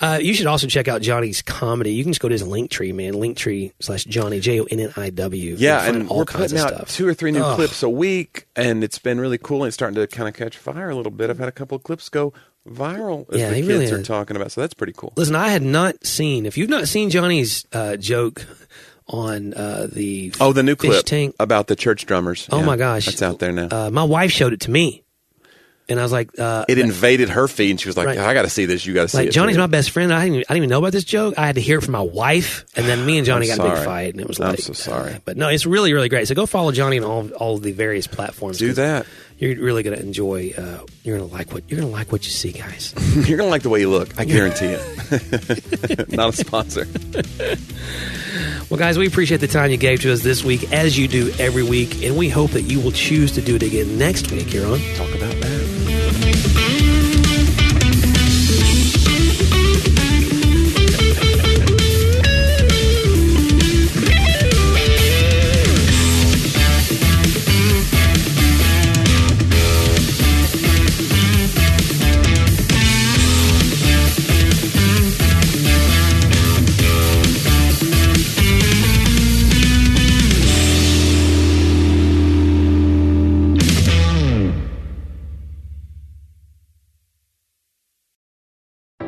Speaker 2: Uh, you should also check out Johnny's comedy. You can just go to his Linktree, man. Linktree slash Johnny J O N N I W.
Speaker 3: Yeah,
Speaker 2: You'll find
Speaker 3: and
Speaker 2: all
Speaker 3: we're
Speaker 2: kinds
Speaker 3: putting
Speaker 2: of
Speaker 3: out
Speaker 2: stuff.
Speaker 3: two or three new
Speaker 2: Ugh.
Speaker 3: clips a week, and it's been really cool. And it's starting to kind of catch fire a little bit. I've had a couple of clips go viral. As
Speaker 2: Yeah,
Speaker 3: the
Speaker 2: he
Speaker 3: kids
Speaker 2: really
Speaker 3: are
Speaker 2: is.
Speaker 3: talking about, so that's pretty cool.
Speaker 2: Listen, I had not seen. If you've not seen Johnny's uh, joke on uh, the
Speaker 3: Oh, the new
Speaker 2: fish
Speaker 3: clip
Speaker 2: tank.
Speaker 3: about the church drummers.
Speaker 2: Oh
Speaker 3: Yeah,
Speaker 2: my gosh,
Speaker 3: that's out there now.
Speaker 2: Uh, my wife showed it to me, and I was like, uh,
Speaker 3: it invaded her feed, and she was like,
Speaker 2: Right.
Speaker 3: "I got to see this. You got to see
Speaker 2: like
Speaker 3: it."
Speaker 2: Johnny's
Speaker 3: too."
Speaker 2: my best friend. I didn't, I didn't even know about this joke. I had to hear it from my wife, and then me and Johnny
Speaker 3: I'm
Speaker 2: got a big
Speaker 3: sorry.
Speaker 2: fight, and it was
Speaker 3: I'm
Speaker 2: like, uh,
Speaker 3: so sorry.
Speaker 2: But no, it's really really great. So go follow Johnny on all all the various platforms.
Speaker 3: Do
Speaker 2: 'cause
Speaker 3: that.
Speaker 2: You're really gonna enjoy. Uh, you're gonna like what you're gonna like what you see, guys.
Speaker 3: You're gonna like the way you look. I guarantee it. Not a sponsor.
Speaker 2: Well, guys, we appreciate the time you gave to us this week, as you do every week, and we hope that you will choose to do it again next week here on
Speaker 3: Talk about that.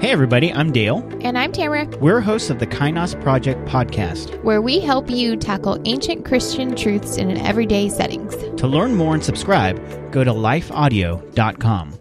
Speaker 4: Hey, everybody, I'm Dale.
Speaker 5: And I'm Tamara,
Speaker 4: We're hosts of the Kynos Project podcast.
Speaker 5: where we help you tackle ancient Christian truths in an everyday settings.
Speaker 4: To learn more and subscribe, go to lifeaudio.com.